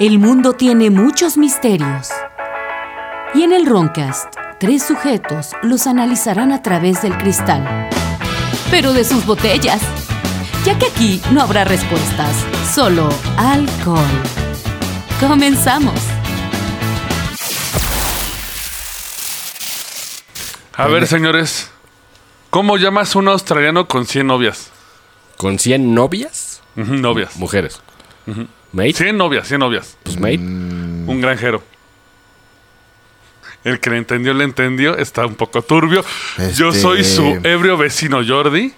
El mundo tiene muchos misterios. Y en el Roncast, tres sujetos los analizarán a través del cristal. Pero de sus botellas. Ya que aquí no habrá respuestas, solo alcohol. Comenzamos. A ver, señores, ¿cómo llamas a un australiano con 100 novias? ¿Con 100 novias? Ujú, Novias. Mujeres. ¿Mate? 100 novias, 100 novias. Pues mate. Un granjero. El que le entendió, le entendió. Está un poco turbio. Yo Este- soy su ebrio vecino Jordi.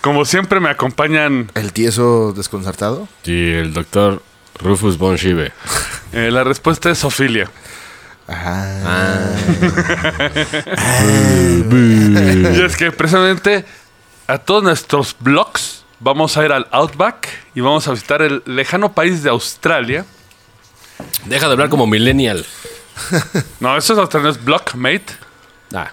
Como siempre me acompañan El tieso desconcertado. Sí, el doctor Rufus Von Schive. eh, la respuesta es Ofilia. Ajá. Y es que precisamente a todos nuestros blogs vamos a ir al Outback y vamos a visitar el lejano país de Australia. Deja de hablar como millennial. No, eso es australiano, es Blockmate. Ah,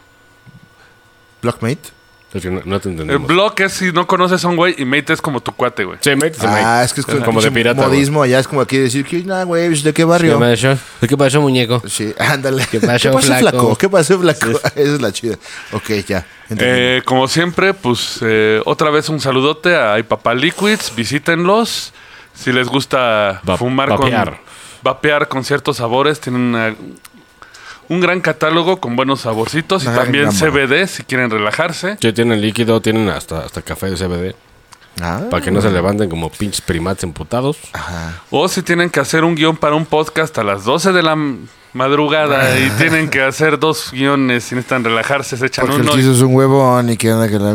Blockmate. es que no, no te El entendemos. blog es si no conoces a un güey y mate es como tu cuate, güey. Sí, mate, sí, mate. Ah, es que es como, de pinche pirata. güey. Modismo, allá es como aquí decir que, nah, güey, ¿de qué barrio? ¿Qué pasó? ¿Qué pasó, muñeco? Sí, ándale. ¿Qué pasó, flaco? ¿Qué pasó, flaco? Esa es la chida. Ok, ya. Entendí. Eh, como siempre, pues eh, otra vez un saludote a Ipapá Liquids. Visítenlos. Si les gusta Va- fumar vapear. con. Vapear con ciertos sabores. Tienen una- un gran catálogo con buenos saborcitos. Y Una gran también gama. CBD si quieren relajarse. Sí, tienen líquido, tienen hasta, hasta café de CBD. Ah, Para que no se levanten como pinches primates emputados. ajá. O si tienen que hacer un guión para un podcast a las 12 de la m- madrugada y tienen que hacer dos guiones y necesitan relajarse, se echan Porque el uno. tieso es un huevón y que anda que la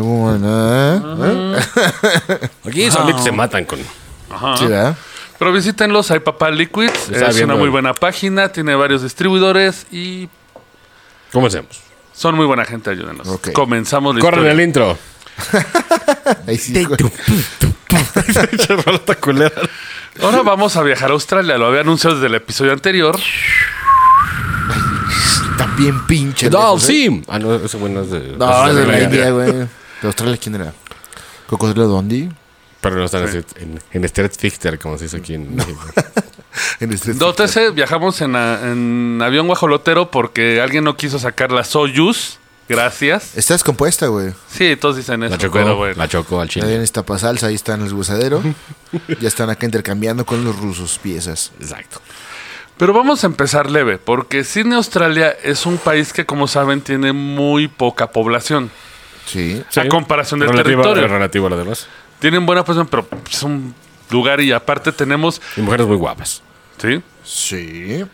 ¿eh? Aquí Ah. solitos se matan con... Ajá. Sí, ¿verdad? Pero visítenlos, hay Papá Liquids. Está Es viendo una muy el- buena página, tiene varios distribuidores y Comencemos. Son muy buena gente, ayúdenos. Ok. Comenzamos la Corren historia. el intro. Ahí sí, güey. Ahora vamos a viajar a Australia. Lo había anunciado desde el episodio anterior. Está bien pinche. ¡Doll lejos, ¿eh? Sim! Ah, no, ese bueno es de... No, es de la India. India, güey. ¿De Australia quién era? ¿Cocodrilo Dondi? Pero no están en, en, en Street Fichter, como se dice aquí en México. En este el Street Fighter. Entonces viajamos en, a- en avión guajolotero porque alguien no quiso sacar la Soyuz. Gracias. Está descompuesta, güey. Sí, todos dicen eso. La chocó, pero bueno. la chocó al Ahí chile. en Iztapasalsa, ahí está en el gusadero. ya están acá intercambiando con los rusos piezas. Exacto. Pero vamos a empezar leve porque Sydney, Australia es un país que, como saben, tiene muy poca población. Sí. A comparación del Relativo- territorio. Relativo a lo demás. Tienen buena población, pero es un lugar y aparte tenemos... Y mujeres muy guapas. ¿Sí? Sí.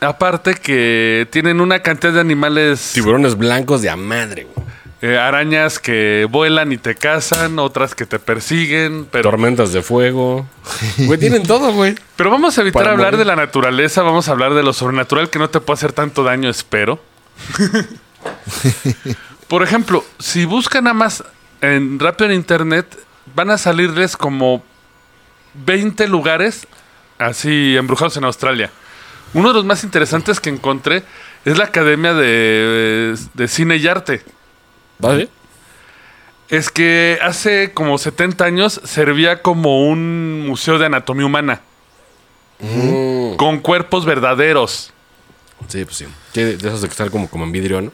Aparte que tienen una cantidad de animales... Tiburones blancos de a madre, güey. Eh, arañas que vuelan y te cazan, otras que te persiguen, pero, Tormentas de fuego. Güey, tienen todo, güey. pero vamos a evitar Para hablar morir. de la naturaleza, vamos a hablar de lo sobrenatural que no te puede hacer tanto daño, espero. Por ejemplo, si buscan nada más en rápido en internet, van a salirles como 20 lugares así embrujados en Australia. Uno de los más interesantes que encontré es la Academia de, de Cine y Arte. ¿Vale? Es que hace como 70 años servía como un museo de anatomía humana. Mm. Con cuerpos verdaderos. Sí, pues sí. Sí, De de esos de que están como, como en vidrio, ¿no?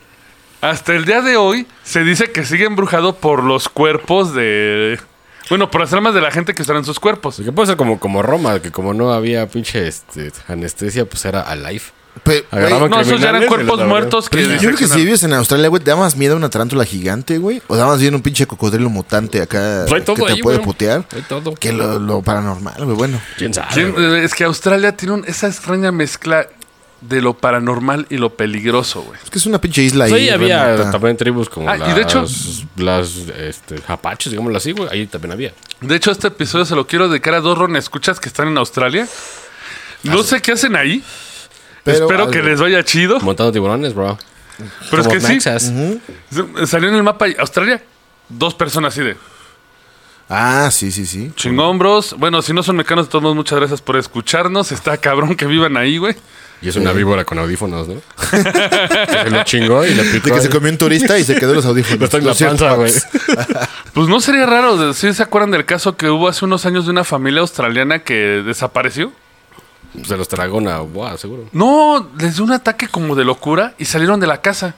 Hasta el día de hoy se dice que sigue embrujado por los cuerpos de... Bueno, por las almas de la gente que usaron sus cuerpos. Lo que puede ser como, como Roma, que como no había pinche este, anestesia, pues era alive. Pe- güey, Agarraban No, esos ya eran criminales y los cuerpos abrían. muertos que... pero yo creo que si diseccionaron. vives en Australia, güey, ¿te da más miedo una tarántula gigante, güey? ¿O da más bien un pinche cocodrilo mutante acá Pues hay todo que te ahí, puede güey. putear? Hay todo. Que lo, lo paranormal, güey, bueno. ¿Quién sabe? ¿Quién- güey? Es que Australia tiene un- esa extraña mezcla de lo paranormal y lo peligroso, güey. Es que es una pinche isla Pues ahí. ahí había remota. también tribus como Ah, las, y de hecho- las este, apaches, digámoslo así, güey. Ahí también había. De hecho, este episodio se lo quiero dedicar a dos Ron escuchas que están en Australia. Ah, No sé qué hacen ahí. Pero Espero algo. que les vaya chido. Montando tiburones, bro. Pero es Como que sí. mexas. S- Salió en el mapa y- Australia. Dos personas así de Ah, sí, sí, sí. chingón, bros. Bueno, si no son mecanos, de todos modos, muchas gracias por escucharnos. Está cabrón que vivan ahí, güey. Y es una víbora con audífonos, ¿no? Que se lo chingó y le picó. De que se comió un turista y se quedó los audífonos. Lo está en Lo la cierto, panza, güey. Pues no sería raro. Si se acuerdan del caso que hubo hace unos años de una familia australiana que desapareció. pues, se los tragó una boa, seguro. No, les dio un ataque como de locura y salieron de la casa.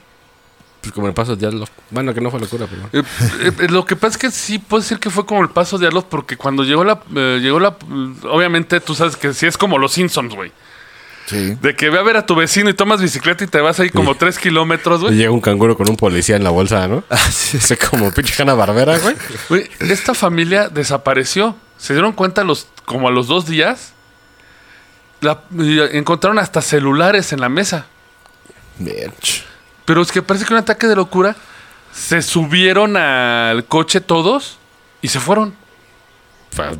Pues como el paso de Diablo. Bueno, que no fue locura, pero. Eh, eh, eh, lo que pasa es que sí puedo decir que fue como el paso de Arlo, porque cuando llegó la. eh, llegó la. Obviamente tú sabes que sí es como los Simpsons, güey. Sí. De que ve a ver a tu vecino y tomas bicicleta y te vas ahí como tres kilómetros, Y güey. llega un canguro con un policía en la bolsa, ¿no? Ah, Así es. como pinche Hanna Barbera, güey. Güey, Esta familia desapareció. Se dieron cuenta los, como a los dos días. La- y encontraron hasta celulares en la mesa. Merch. Pero es que parece que un ataque de locura. Se subieron al coche todos y se fueron. Fa-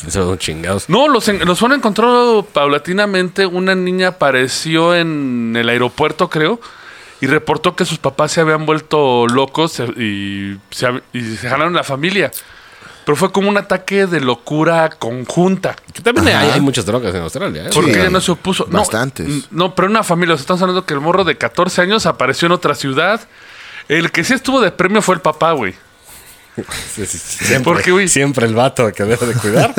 Quién sabe, son chingados. No, los, en- los fueron encontrando paulatinamente. Una niña apareció en el aeropuerto, creo, y reportó que sus papás se habían vuelto locos eh, y se, hab- y se jalaron la familia. Pero fue como un ataque de locura conjunta. Que también hay, Ajá. hay muchas drogas en Australia, ¿eh? Sí. Porque ella no se opuso. No, Bastantes. n- No, pero una familia. o sea, estamos hablando que el morro de 14 años apareció en otra ciudad. El que sí estuvo de premio fue el papá, güey. Sí, sí, sí, siempre, Porque, güey. siempre el vato que debe de cuidar.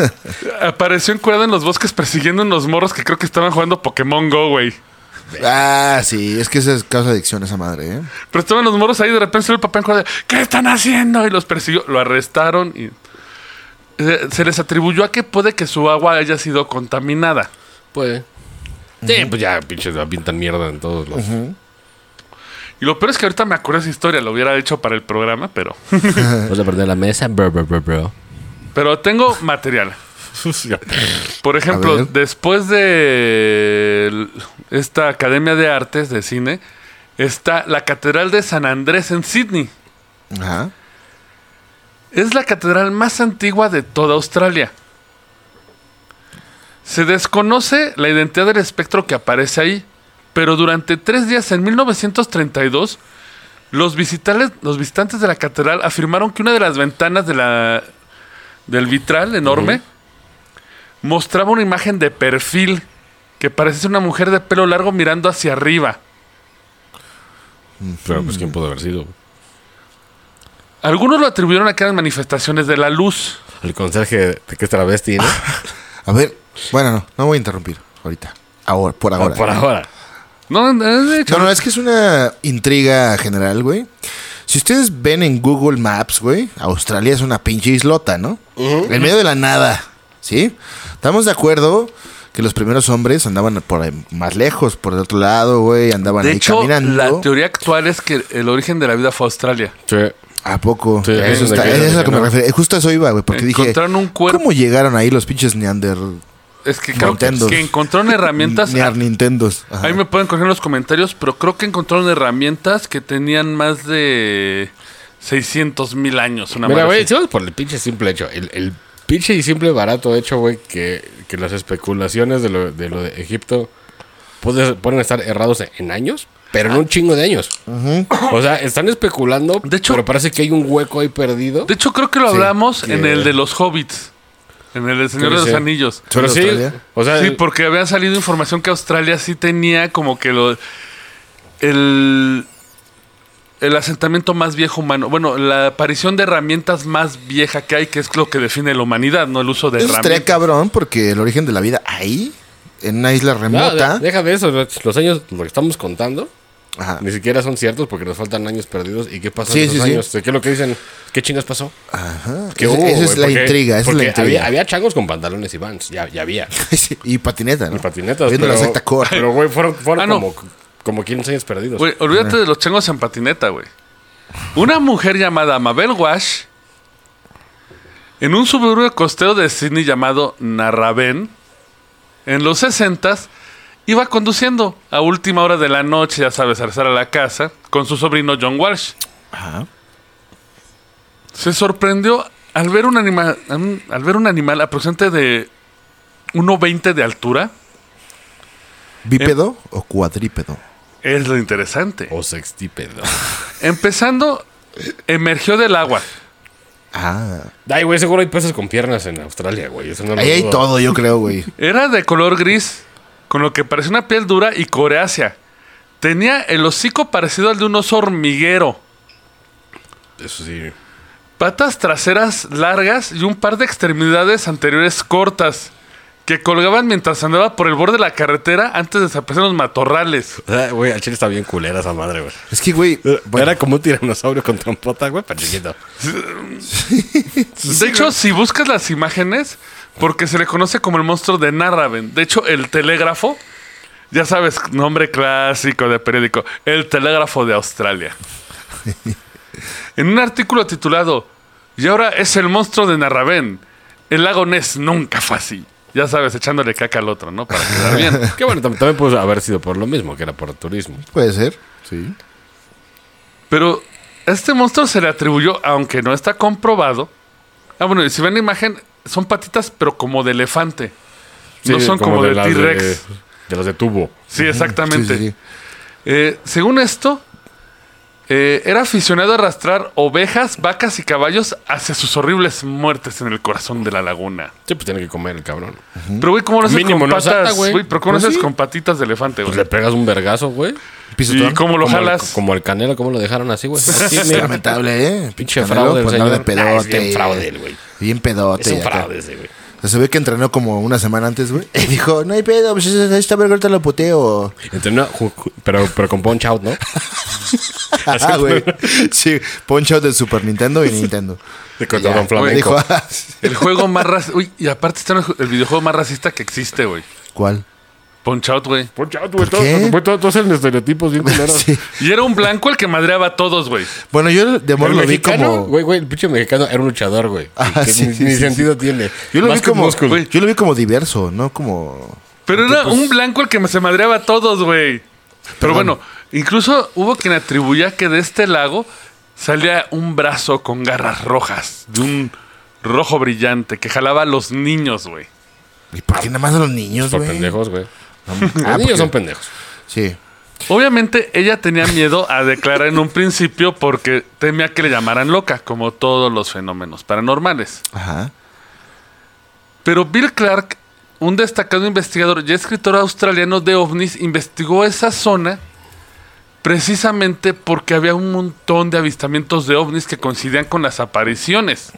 Apareció encuerado en los bosques persiguiendo unos morros que creo que estaban jugando Pokémon Go, güey. Ah, sí, es que esa es causa de adicción esa madre, ¿eh? Pero estaban los moros ahí, de repente salió el papá en cuerda, ¿Qué están haciendo? Y los persiguió, lo arrestaron y eh, se les atribuyó a que puede que su agua haya sido contaminada. Pues. Sí, pues ya, pinches, pintan mierda en todos los. Y lo peor es que ahorita me acordé de esa historia, lo hubiera hecho para el programa, pero Vas a perder la mesa, bro, bro, bro, bro. pero tengo material. Por ejemplo, ver. después de el- esta Academia de Artes de Cine, está la Catedral de San Andrés en Sydney. Ajá. Es la catedral más antigua de toda Australia. Se desconoce la identidad del espectro que aparece ahí, pero durante tres días en 1932, los, visitales- los visitantes de la catedral afirmaron que una de las ventanas de la- del vitral enorme mostraba una imagen de perfil que parecía ser una mujer de pelo largo mirando hacia arriba. Pero pues, ¿quién pudo haber sido? Algunos lo atribuyeron a que eran manifestaciones de la luz. El conserje de que es travesti, ¿no? A ver, bueno, no, no voy a interrumpir ahorita. Ahora, Ah, por ahora. Por ahora. No, no, de hecho, No, no, es que es una intriga general, güey. Si ustedes ven en Google Maps, güey, Australia es una pinche islota, ¿no? En medio de la nada, ¿sí? Estamos de acuerdo que los primeros hombres andaban por ahí más lejos, por el otro lado, güey, andaban De ahí hecho, caminando. la teoría actual es que el origen de la vida fue Australia. Sí. ¿A poco? Sí, eso es de está, que- eso es a lo de que que me no. refiero. Eh, Justo a eso iba, güey, porque dije. Encontraron un cuerpo. ¿Cómo llegaron ahí los pinches Neander. Es que creo que, Nintendos. que encontraron herramientas. Near Nintendos. Ajá. Ahí me pueden coger en los comentarios, pero creo que encontraron herramientas que tenían más de 600 mil años. Una madre Mira, güey, así. si vamos por el pinche simple hecho. El, el pinche y simple barato hecho, güey, que, que las especulaciones de lo de, lo de Egipto puede- pueden estar errados en, en años, pero en un chingo de años. O sea, están especulando, De hecho- pero parece que hay un hueco ahí perdido. De hecho, creo que lo hablamos que- en el de los hobbits, en el del Señor de Creo los que sí. Anillos. pero sí, Australia. o sea, Sí, porque había salido información que Australia sí tenía como que lo, el, el asentamiento más viejo humano. Bueno, la aparición de herramientas más vieja que hay, que es lo que define la humanidad, no el uso de Eso estaría herramientas. cabrón, porque el origen de la vida ahí, en una isla no, remota. de- deja de eso, los los años, lo que estamos contando, Ajá. ni siquiera son ciertos porque nos faltan años perdidos. ¿Y qué pasó Sí, en esos sí, sí. años? O sea, ¿Qué es lo que dicen? ¿Qué chingas pasó? Ajá. ¿Qué Ese- hubo, esa es güey? la Porque- intriga, esa es la porque intriga. Había, había changos con pantalones y vans, ya, ya había. y patineta, ¿no? Y patinetas. Viendo la secta core. Pero, güey, fueron, fueron Ah, no. como, como 15 años perdidos. Güey, olvídate de los changos en patineta, güey. Una mujer llamada Mabel Wash, en un suburbio costero de Sydney llamado Narraben, en los 60 iba conduciendo a última hora de la noche, ya sabes, a regresar a la casa, con su sobrino John Walsh. Ajá. Se sorprendió al ver un animal, al ver un animal aproximadamente de 1.20 de altura. ¿Bípedo o cuadrípedo? Es lo interesante. O sextípedo. Empezando, emergió del agua. Ah. Ay, güey, seguro hay peces con piernas en Australia, güey. Eso no lo Ahí hay dudo. todo, yo creo, güey. Era de color gris, con lo que parecía una piel dura y coreácea. Tenía el hocico parecido al de un oso hormiguero, Eso sí. patas traseras largas y un par de extremidades anteriores cortas, que colgaban mientras andaba por el borde de la carretera antes de desaparecer los matorrales. O sea, güey, al chile está bien culera esa madre, güey. Es que, güey, Eh, Era como un tiranosaurio con trompota, güey, pero chiquito. De hecho, si buscas las imágenes, porque se le conoce como el monstruo de Narraven. De hecho, el telégrafo, ya sabes, nombre clásico de periódico, el telégrafo de Australia. En un artículo titulado Y ahora es el monstruo de Narraven, el lago Ness nunca fue así. Ya sabes, echándole caca al otro, ¿no? Para quedar bien. Qué bueno, tam- también pudo haber sido por lo mismo, que era por turismo. puede ser. Sí. Pero a este monstruo se le atribuyó, aunque no está comprobado. Ah, bueno, y si ven la imagen, son patitas, pero como de elefante. no son como, de, las T-Rex. De, de los de tubo. Sí, Sí, exactamente. sí, sí. Eh, según esto, eh, era aficionado a arrastrar ovejas, vacas y caballos hacia sus horribles muertes en el corazón de la laguna. Sí, pues tiene que comer el cabrón. Pero, güey, ¿cómo lo haces Mínimo con lo ata, patas? güey. güey, pero ¿cómo lo Pues haces sí. con patitas de elefante, Pues güey? le pegas un vergazo, güey. ¿Y cómo lo Como al- jalas? como el canelo, ¿cómo lo dejaron así, güey? Así, Qué mira. lamentable, ¿eh? Pinche Canelo fraude, por el andar de señor. Ah, es pedote. bien fraude el güey. Bien pedote. Es un acá. fraude ese, güey. O sea, se ve que entrenó como una semana antes, güey. Y dijo, no hay pedo, pues esta esta verga ahorita lo puteo. Entrenó, ju- ju- pero, pero con punch out, ¿no? Ah, güey. Sí, punch out de Super Nintendo y Nintendo. De con Ya. Don Flamenco. Dijo, ah, El juego más racista. Uy, y aparte está en el ju- el videojuego más racista que existe, güey. ¿Cuál? Punch out, güey. Punch out, güey. ¿Por qué? Todos, güey, todos, todos eran estereotipos bien culeros. Sí. Y era un blanco el que madreaba a todos, güey. Bueno, yo de amor El lo vi mexicano, como. Güey, güey, el pinche mexicano era un luchador, güey. Ah, Que sí, ni, sí, ni sí, sentido tiene. Yo lo, vi Más que como, pues, músculo. güey. yo lo vi como diverso, ¿no? Como. Pero era un blanco el que se madreaba a todos, güey. Pero bueno, incluso hubo quien atribuía que de este lago salía un brazo con garras rojas, de un rojo brillante que jalaba a los niños, güey. ¿Y por qué nada más a los niños, Pues Por güey? pendejos, güey. Ah, Los porque- niños son pendejos. Sí. Obviamente ella tenía miedo a declarar en un principio porque temía que le llamaran loca, como todos los fenómenos paranormales. Ajá. Pero Bill Clark, un destacado investigador y escritor australiano de ovnis, investigó esa zona precisamente porque había un montón de avistamientos de ovnis que coincidían con las apariciones.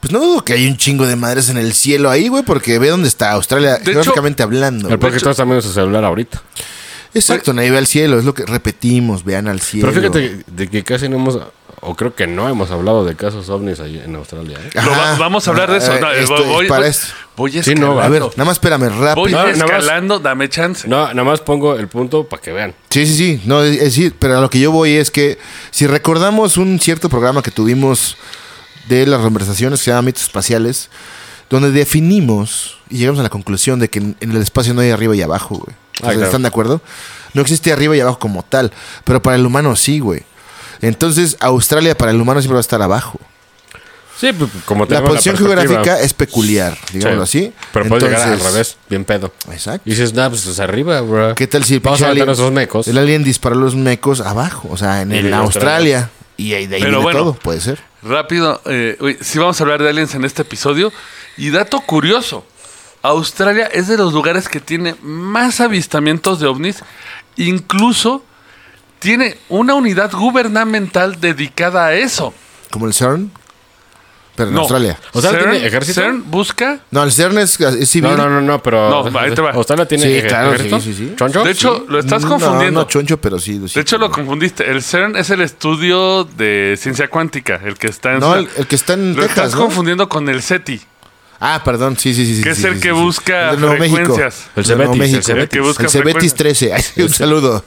Pues no dudo que hay un chingo de madres en el cielo ahí, güey, porque ve dónde está Australia, De geográficamente hablando. El güey. porque todos también en su celular ahorita. Exacto, nadie ve al cielo, es lo que repetimos, vean al cielo. eh. Pero fíjate de que casi no hemos, o creo que no hemos hablado de casos ovnis ahí en Australia. ¿eh? Lo va- vamos a hablar de eso. Ah, No, esto voy, es para voy- esto. voy Sí, escalando. no, A ver, nada más espérame, voy rápido. No, nada más- escalando, dame chance. No, nada más pongo el punto para que vean. Sí, sí, sí. No, es es decir, pero a lo que yo voy es que si recordamos un cierto programa que tuvimos de las conversaciones que se llama Mitos Espaciales, donde definimos y llegamos a la conclusión de que en, en el espacio no hay arriba y abajo, güey. O sea, claro. ¿Están de acuerdo? No existe arriba y abajo como tal, pero para el humano sí, güey. Entonces, Australia para el humano siempre va a estar abajo. Sí, pues, como La tenemos posición perspectiva. geográfica es peculiar, digámoslo Sí. así. Pero puede llegar al Entonces- revés, bien pedo. Exacto. Y dices, nah, pues es arriba, bro. ¿Qué tal si el Vamos pinche a meter alien- esos mecos. El alien disparó los mecos abajo, o sea, en, Y el- en Australia. Y ahí de ahí Pero viene bueno. todo, puede ser. Rápido, eh, uy, sí vamos a hablar de aliens en este episodio. Y dato curioso, Australia es de los lugares que tiene más avistamientos de ovnis. Incluso tiene una unidad gubernamental dedicada a eso. Como el CERN, pero en No. Australia. O sea, ¿tiene CERN- ejército? CERN busca... No, el CERN es, es civil. No, no, no, no, pero. No, ahí te va. Australia tiene. ¿eh? Sí, ejer- claro, ejército? sí, sí, sí. ¿Choncho? De hecho, lo estás No, confundiendo. No, choncho, pero sí. sí. de hecho, lo confundiste. El CERN es el estudio de ciencia cuántica, el que está en... No, el, el que está en lo Texas, estás ¿no? confundiendo con el SETI, Ah, perdón, sí, sí, sí. sí, que sí, es el sí, que sí, sí. busca El de Nuevo frecuencias. México. El El de Nuevo Cebetis, el México. Cebetis. El que busca El Cebetis frecuencias. 13. Ay, un saludo.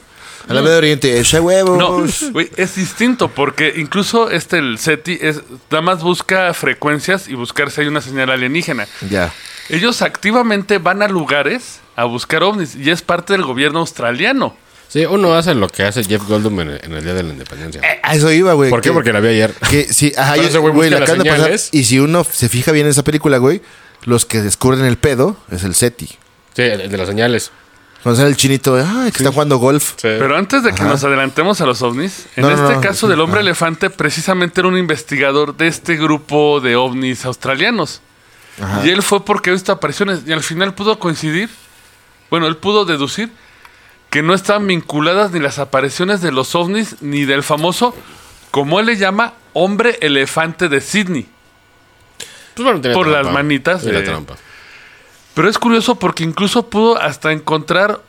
A la Medio Oriente. Ese huevo. No, güey, es distinto porque incluso este el SETI es nada más busca frecuencias y buscar si hay una señal alienígena. Ya. Ellos activamente van a lugares a buscar ovnis y es parte del gobierno australiano. Sí, uno hace lo que hace Jeff Goldblum en el, en el Día de la Independencia. Eh, A eso iba, güey. ¿Por qué? que- Porque la vi ayer. Que sí, ajá, Pero yo- ese güey güey, la busca las acaban de pasar. señales. Y si uno se fija bien en esa película, güey, los que descubren el pedo es el SETI. Sí, el, el de las señales. Pues, Cuando sale el chinito, ah, que está jugando golf. Sí. Pero antes de que nos adelantemos a los ovnis, en No, no, este no. caso del hombre elefante precisamente era un investigador de este grupo de ovnis australianas. Y él fue porque ha visto apariciones y al final pudo coincidir, bueno, él pudo deducir que no están vinculadas ni las apariciones de los ovnis ni del famoso, como él le llama, hombre elefante de Sydney. Pues bueno, tiene Por las trampa. manitas Tiene de- trampa. Pero es curioso porque incluso pudo hasta encontrar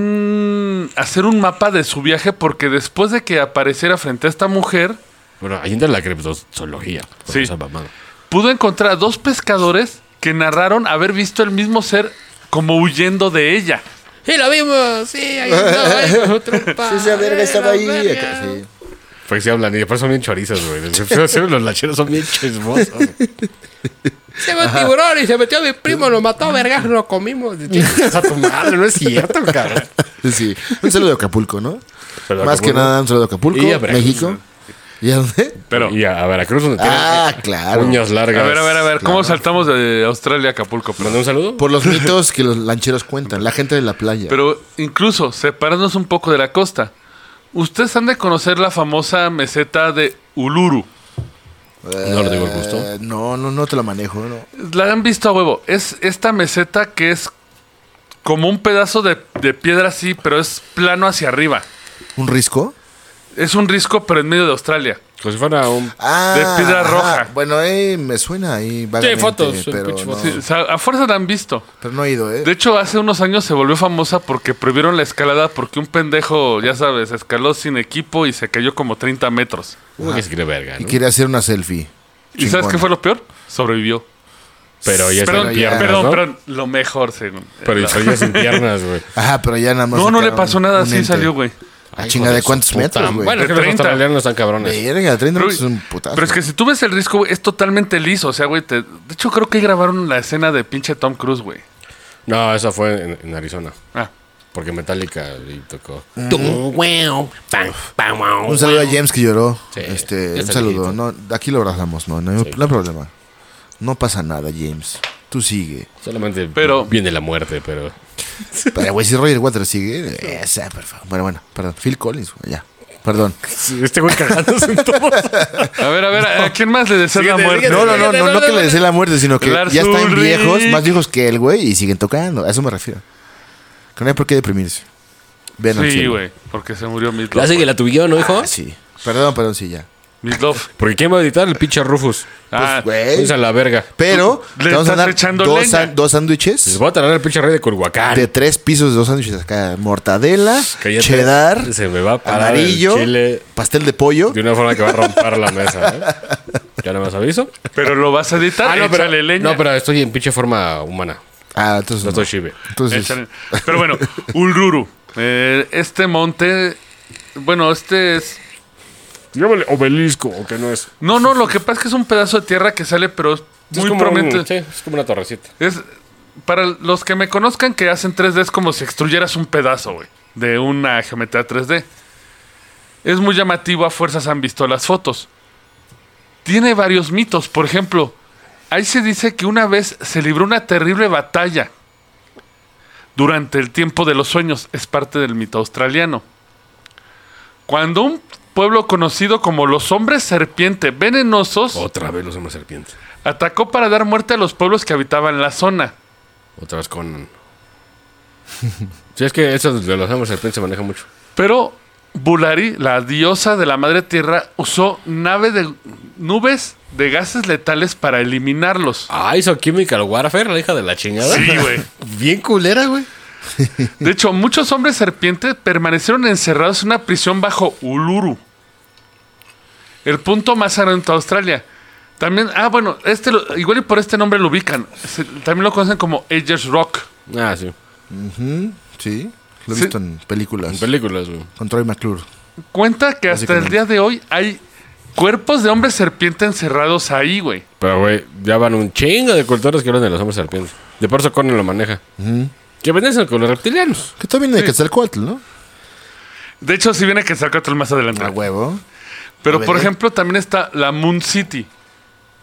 un. hacer un mapa de su viaje, porque después de que apareciera frente a esta mujer, Bueno, ahí entra la criptozoología. por Sí. esa mamada. pudo encontrar a dos pescadores que narraron haber visto el mismo ser como huyendo de ella. Sí, lo vimos. Sí, ahí andaba, ahí con otro pa- Sí, esa verga estaba ahí. la verga. acá, sí. Pues sí hablan y después son bien chorizas, güey. Después Los lacheros son bien chismosos. Se va el tiburón y se metió a mi primo, lo mató, vergas, lo comimos. A tu madre, no es cierto, cabrón. Sí, un saludo de Acapulco, ¿no? Saludo de Más que Acapulco. nada un saludo de Acapulco, Y a Veracruz, México. ¿Y a dónde? Pero, Y a, a Veracruz, donde Ah, tiene eh, claro. uñas largas. a ver, a ver, a ver, ¿cómo saltamos de Australia a Acapulco? Pero- ¿Mandé un saludo? Por los mitos que los lancheros cuentan, la gente de la playa. Pero incluso, separándonos un poco de la costa, ustedes han de conocer la famosa meseta de Uluru. No lo digo al gusto. Pues, Eh, no, no, no te lo manejo, no. La han visto a huevo. Es esta meseta que es como un pedazo de, de piedra así, pero es plano hacia arriba. ¿Un risco? Es un risco, pero en medio de Australia. Como si fuera un. Ah, De piedra roja. Bueno, eh, me suena ahí vagamente, fotos, pero, pinche no, fotos. Sí, o sea, a fuerza la han visto. pero no he ido, ¿eh? De hecho, hace unos años se volvió famosa porque prohibieron la escalada porque un pendejo, ya sabes, escaló sin equipo y se cayó como 30 metros. Uy, que se cree verga, Y ¿no? quería hacer una selfie. ¿Y sabes qué fue lo peor? Sobrevivió. Pero ya está Perdón, en ya- piernas. perdón, ¿no? perdón, lo mejor, según. Pero está ya sin piernas, güey. Ajá, pero ya nada más. No, no le sacaron pasó nada, un sí ente. salió, güey. Ah, Ay, chinga, hijo ¿de su cuántos puta metros, madre. güey? Bueno, es que los 30. australianos están cabrones. Verga, 30 Pero, minutos es un putazo. pero es que si tú ves el risco, güey, es totalmente liso. O sea, güey, te- de hecho creo que grabaron la escena de pinche Tom Cruise, güey. No, esa fue en, en Arizona. Ah, Porque Metallica le tocó. Un saludo a James que lloró. Sí, este, ya un está saludo. viejito. No, aquí lo abrazamos, no, no, hay- no hay problema. No pasa nada, James. Tú sigue. Solamente Pero- viene la muerte, pero. Pero, güey, si Roger Waters sigue, eh, esa, por favor. Bueno, bueno, perdón. Phil Collins, güey, ya. Perdón. Este güey cagándose en todo. A ver, a ver, ¿a quién más le desea la Síguete, muerte? síguete. No, no, no, no, no que le desee la muerte, sino que Lars ya están Ulrich. viejos, más viejos que él, güey, y siguen tocando. A eso me refiero. Que no hay por qué deprimirse. Vean al Sí, cielo. güey, porque se murió Midlove. La que la tuvieron, ¿no, hijo? Ah, sí. Perdón, perdón, sí, ya. Midlove. Porque ¿quién va a editar el pinche Rufus? Ah, Pues, Güey. Usa la verga. Pero Le te vamos a estás dar echando dos, leña. san- dos Les sándwiches voy a traer el pinche rey de Culhuacán. de tres pisos de dos sándwiches acá. Mortadela, Cállate. cheddar, Se me va a parar amarillo, el chile pastel de pollo. de una forma que va a romper la mesa, ¿eh? Ya no más aviso. pero lo vas a editar, Ah, no, pero, échale leña. no, pero estoy en pinche forma humana. Ah, entonces No no. estoy chive. Entonces, Échale- pero bueno, Uluru. Eh, este monte, bueno, este es... Llámale obelisco, o que no es. No, no, lo que pasa es que es un pedazo de tierra que sale, pero es Es muy como prominente. un- sí, es como una torrecita. Es para los que me conozcan que hacen 3D es como si extruyeras un pedazo, güey, de una geometría 3D. Es muy llamativo, a fuerzas han visto las fotos. Tiene varios mitos, por ejemplo, ahí se dice que una vez se libró una terrible batalla durante el tiempo de los sueños, es parte del mito australiano. Cuando un pueblo conocido como los hombres serpiente venenosos Otra vez los hombres serpientes. atacó para dar muerte a los pueblos que habitaban la zona. Otra vez con. Si es que eso de los hombres serpientes se maneja mucho. Pero Bulari, la diosa de la madre tierra, usó nave de nubes de gases letales para eliminarlos. Ah, hizo Chemical Warfare, la hija de la chingada. Sí, güey. Bien culera, güey. De hecho, muchos hombres serpientes permanecieron encerrados en una prisión bajo Uluru. El punto más adelante de Australia. También, ah, bueno, este lo- igual y por este nombre lo ubican. Se- también lo conocen como Edgers Rock. Ah, sí. sí, lo he Sí. visto en películas. En películas, güey. con Troy McClure. Cuenta que hasta el Básicamente. día de hoy hay cuerpos de hombres serpiente encerrados ahí, güey. Pero, güey, ya van un chingo de cultores que hablan de los hombres serpientes. De por eso Conan lo maneja. Que pertenecen con los reptilianos. Que todo viene de Quetzalcoatl, ¿no? De hecho, si viene que Quetzalcóatl más adelante. Ah. A huevo. Pero, A por ver. ejemplo, también está la Moon City.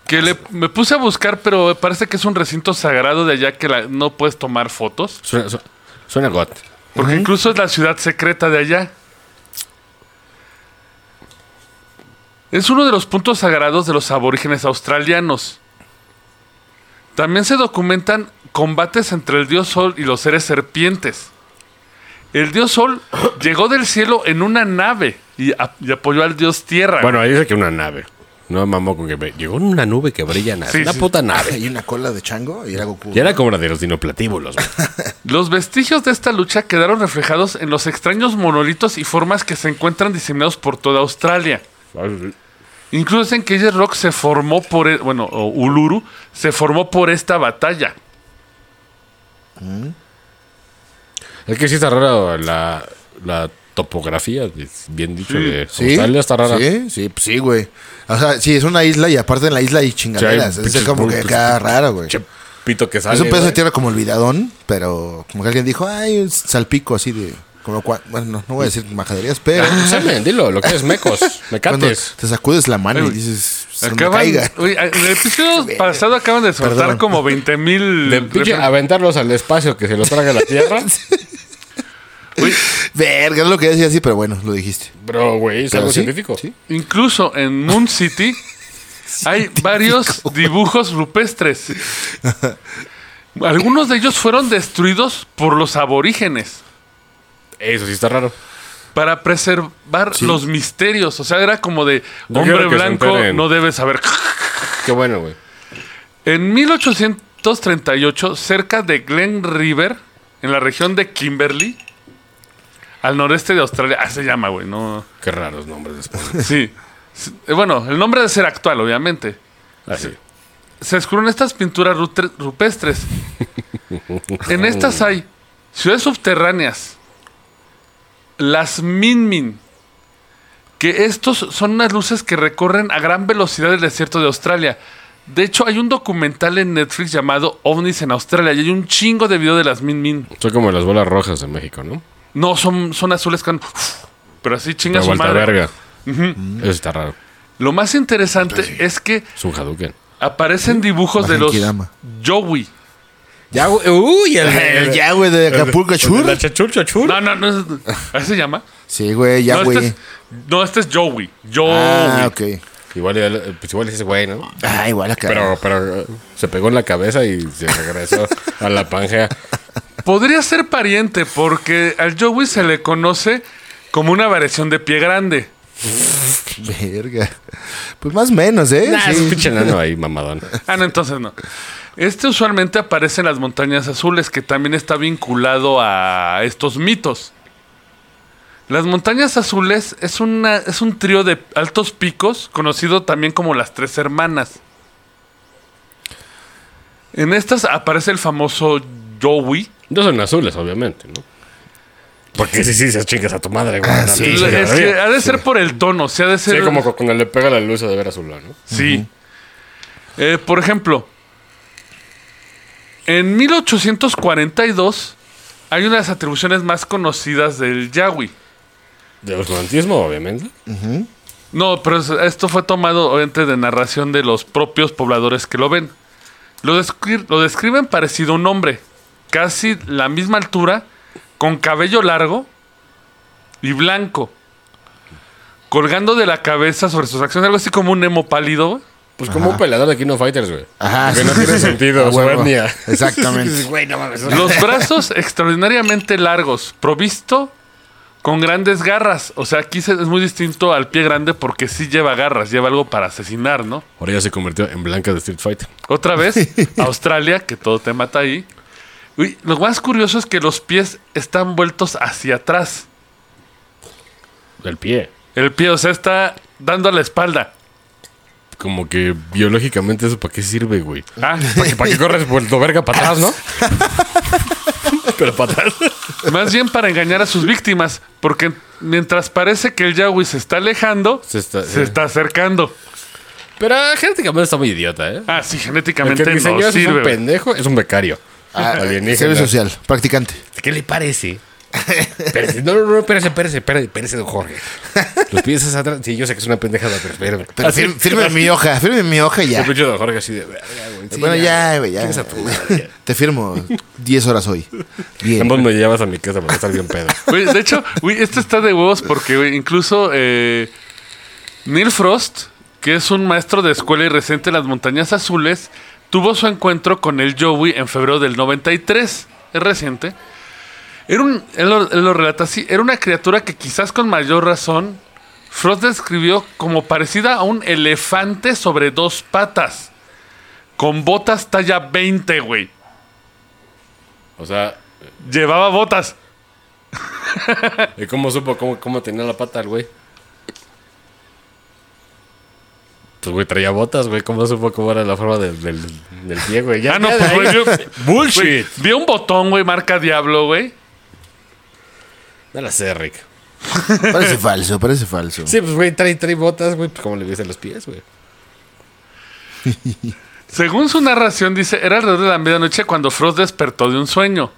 Que le- me puse a buscar, pero parece que es un recinto sagrado de allá que la- no puedes tomar fotos. Suena, su- suena got. Porque incluso es la ciudad secreta de allá. Es uno de los puntos sagrados de los aborígenes australianos. También se documentan combates entre el dios sol y los seres serpientes. El dios sol llegó del cielo en una nave y, ap- y apoyó al dios tierra. Bueno, ahí dice que una nave. No mamó con que me- llegó una nube que brilla nada. Sí, una sí. puta nave. Hay una cola de chango y era Goku. Y era como la de los dinoplatíbulos. güey. Los vestigios de esta lucha quedaron reflejados en los extraños monolitos y formas que se encuentran diseminados por toda Australia. Incluso en que Killer Rock se formó por, e- bueno, o Uluru se formó por esta batalla. es que sí está rara la, la topografía, es bien dicho, de ¿Sí? Australia está Pues rara. Sí, sí, pues sí, güey. O sea, sí, es una isla y aparte en la isla hay chingaderas. pinches es como que bultos. acá raro, güey. Che, pito que sale. es un pedazo de güey. tierra como olvidadón, pero como que alguien dijo, ay, un salpico así de. Como cua- bueno, no, no voy a decir majaderías, pero. Ah, Semen, dilo, lo que es mecos, cuando mecates. te sacudes la mano Ay, y güey. dices, se me Acaban, caiga. Oye, en el episodio pasado acaban de soltar Perdón. como 20 mil. De pinche aventarlos al espacio que se los traga la tierra. Verga, es lo que decía así, pero bueno, lo dijiste. Bro, güey, es Pero algo sí, científico. sí. Incluso en Moon City hay varios dibujos rupestres. Algunos de ellos fueron destruidos por los aborígenes Eso sí está raro. para preservar los misterios. O sea, era como de No hombre quiero que se blanco enteren. no debe saber. Qué bueno, güey. En 1838, cerca de Glen River, en la región de Kimberley, al noreste de Australia, ah, se llama, güey, no. Qué raros nombres después. Sí. Sí, eh, Bueno, el nombre de ser actual, obviamente. Así. se descubrieron estas pinturas rutre- rupestres. en estas hay ciudades subterráneas, las Minmin, que estos son unas luces que recorren a gran velocidad el desierto de Australia. De hecho, hay un documental en Netflix llamado OVNIs en Australia y hay un chingo de video de las Minmin. Son como las bolas rojas de México, ¿no? No, son, son azules con... Pero así chinga La su vuelta madre. verga. Eso está raro. Lo más interesante es que Es un Hadouken. Uh, aparecen dibujos de los Genkidama. Yowie. Ya, güey. Uy, el, El Yahweh de Acapulco Chur. La chachurcha chur. No, no, no. es- ¿Así se llama? Sí, güey, no, este Yahweh. es, no, este es Joey. Joey. Ah, ok. Igual, el- pues igual es ese güey, ¿no? Ah, igual acá. Pero, pero eh, se pegó en la cabeza y se regresó a la pangea. Podría ser pariente porque al Joey se le conoce como una variación de pie grande. Verga. Pues más o menos, ¿eh? Nah, es Sí. un pinche nano ahí, mamadón. Ah, no, entonces no. Este usualmente aparece en las montañas azules, que también está vinculado a estos mitos. Las montañas azules es, una, es un trío de altos picos, conocido también como las tres hermanas. En estas aparece el famoso Joey, No son azules, obviamente, ¿no? Porque sí, sí, se chingas a tu madre, güey. No, sí. no, Ah, Es no, no, que no. ha de ser por el tono, o sea, ha de ser. Sí, como cu- cuando le pega la luz a de ver azul, ¿no? Sí. Eh, por ejemplo, en 1842 hay una de las atribuciones más conocidas del Yahweh. De osmantismo, obviamente. No, pero es- esto fue tomado obviamente de narración de los propios pobladores que lo ven. Lo, descri- lo describen parecido a un hombre, casi la misma altura, con cabello largo y blanco, colgando de la cabeza sobre sus acciones, algo así como un emo pálido. güey. Pues como un peleador de Kino Fighters, güey. Ah. Ajá. Que no tiene sentido, Ah, su huevo. etnia. Exactamente. Güey, no mames. Los brazos extraordinariamente largos, provisto con grandes garras. O sea, aquí se- es muy distinto al pie grande porque sí lleva garras, lleva algo para asesinar, ¿no? Ahora ya se convirtió en Blanca de Street Fighter. Otra vez, Australia, que todo te mata ahí. Uy, lo más curioso es que los pies están vueltos hacia atrás. Del pie. El pie, o sea, está dando a la espalda. Como que biológicamente eso para qué sirve, güey. Ah, ¿Para qué, para qué corres vuelto verga para atrás, no? Pero para atrás. más bien para engañar a sus víctimas, porque mientras parece que el Yahweh se está alejando, Se se está- eh. está, acercando. Pero ah, genéticamente está muy idiota, ¿eh? Ah, sí, El que genéticamente diseñó no eso es un sirve. pendejo, es un becario. Ah, Alienígena. Servicio social, practicante. ¿Qué le parece? Espérese, no, no, no, espérese, espérese, espérese, espérese, don Jorge. Los pies hacia atrás. Sí, yo sé que es una pendejada, pero espérame. Pero Así, fir- firme mi hoja, firme mi hoja y ya. el pinche don Jorge así de verga, güey. Sí, bueno, ya, güey, ya. Chingas a tu madre. Te firmo 10 horas hoy. Bien. Ambos me llevas a mi casa para estar bien pedo. Güey, de hecho, güey, este está de huevos porque güey, incluso eh, Neil Frost, que es un maestro de escuela y recente en las Montañas Azules, tuvo su encuentro con el Joey en febrero del 93. Es reciente. Era un, él, lo, él lo relata así, era una criatura que quizás con mayor razón Frost describió como parecida a un elefante sobre dos patas. Con botas talla 20, güey. O sea, Llevaba botas. ¿y cómo supo cómo, cómo tenía la pata el güey? Pues, güey, traía botas, güey. ¿Cómo supo cómo era la forma del, del, del pie, güey? Ya, Ah, no, ya de pues, güey, ahí- vio, güey, ¡Bullshit! vio un botón, güey, marca Diablo, güey. No la sé, Rick. Parece falso, parece falso. Sí, pues, güey, trae, trae botas, güey. Pues, ¿cómo le viste los pies, güey? Según su narración, dice, era alrededor de la medianoche cuando Frost despertó de un sueño.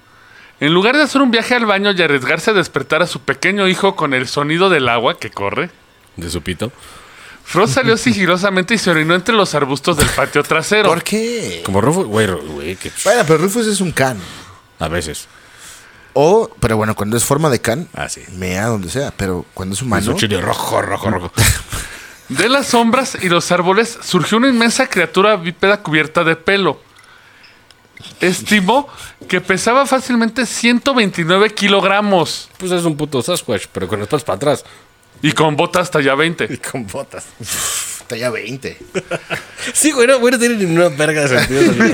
En lugar de hacer un viaje al baño y arriesgarse a despertar a su pequeño hijo con el sonido del agua que corre, De su pito. Frost salió sigilosamente y se orinó entre los arbustos del patio trasero. ¿Por qué? Como Rufo, güey, ro- güey, que Bueno, pero Rufus es un can. a veces. O, pero bueno, cuando es forma de can, Ah, sí. mea donde sea, pero cuando es Es humano. un chile rojo, rojo, rojo. De las sombras y los árboles surgió una inmensa criatura bípeda cubierta de pelo. Estimó que pesaba fácilmente 129 kilogramos Pues es un puto Sasquatch, pero con las patas para atrás. y con botas hasta ya 20. Y con botas. Talla 20. Sí, güey, no, güey, no tiene ninguna verga de sentido.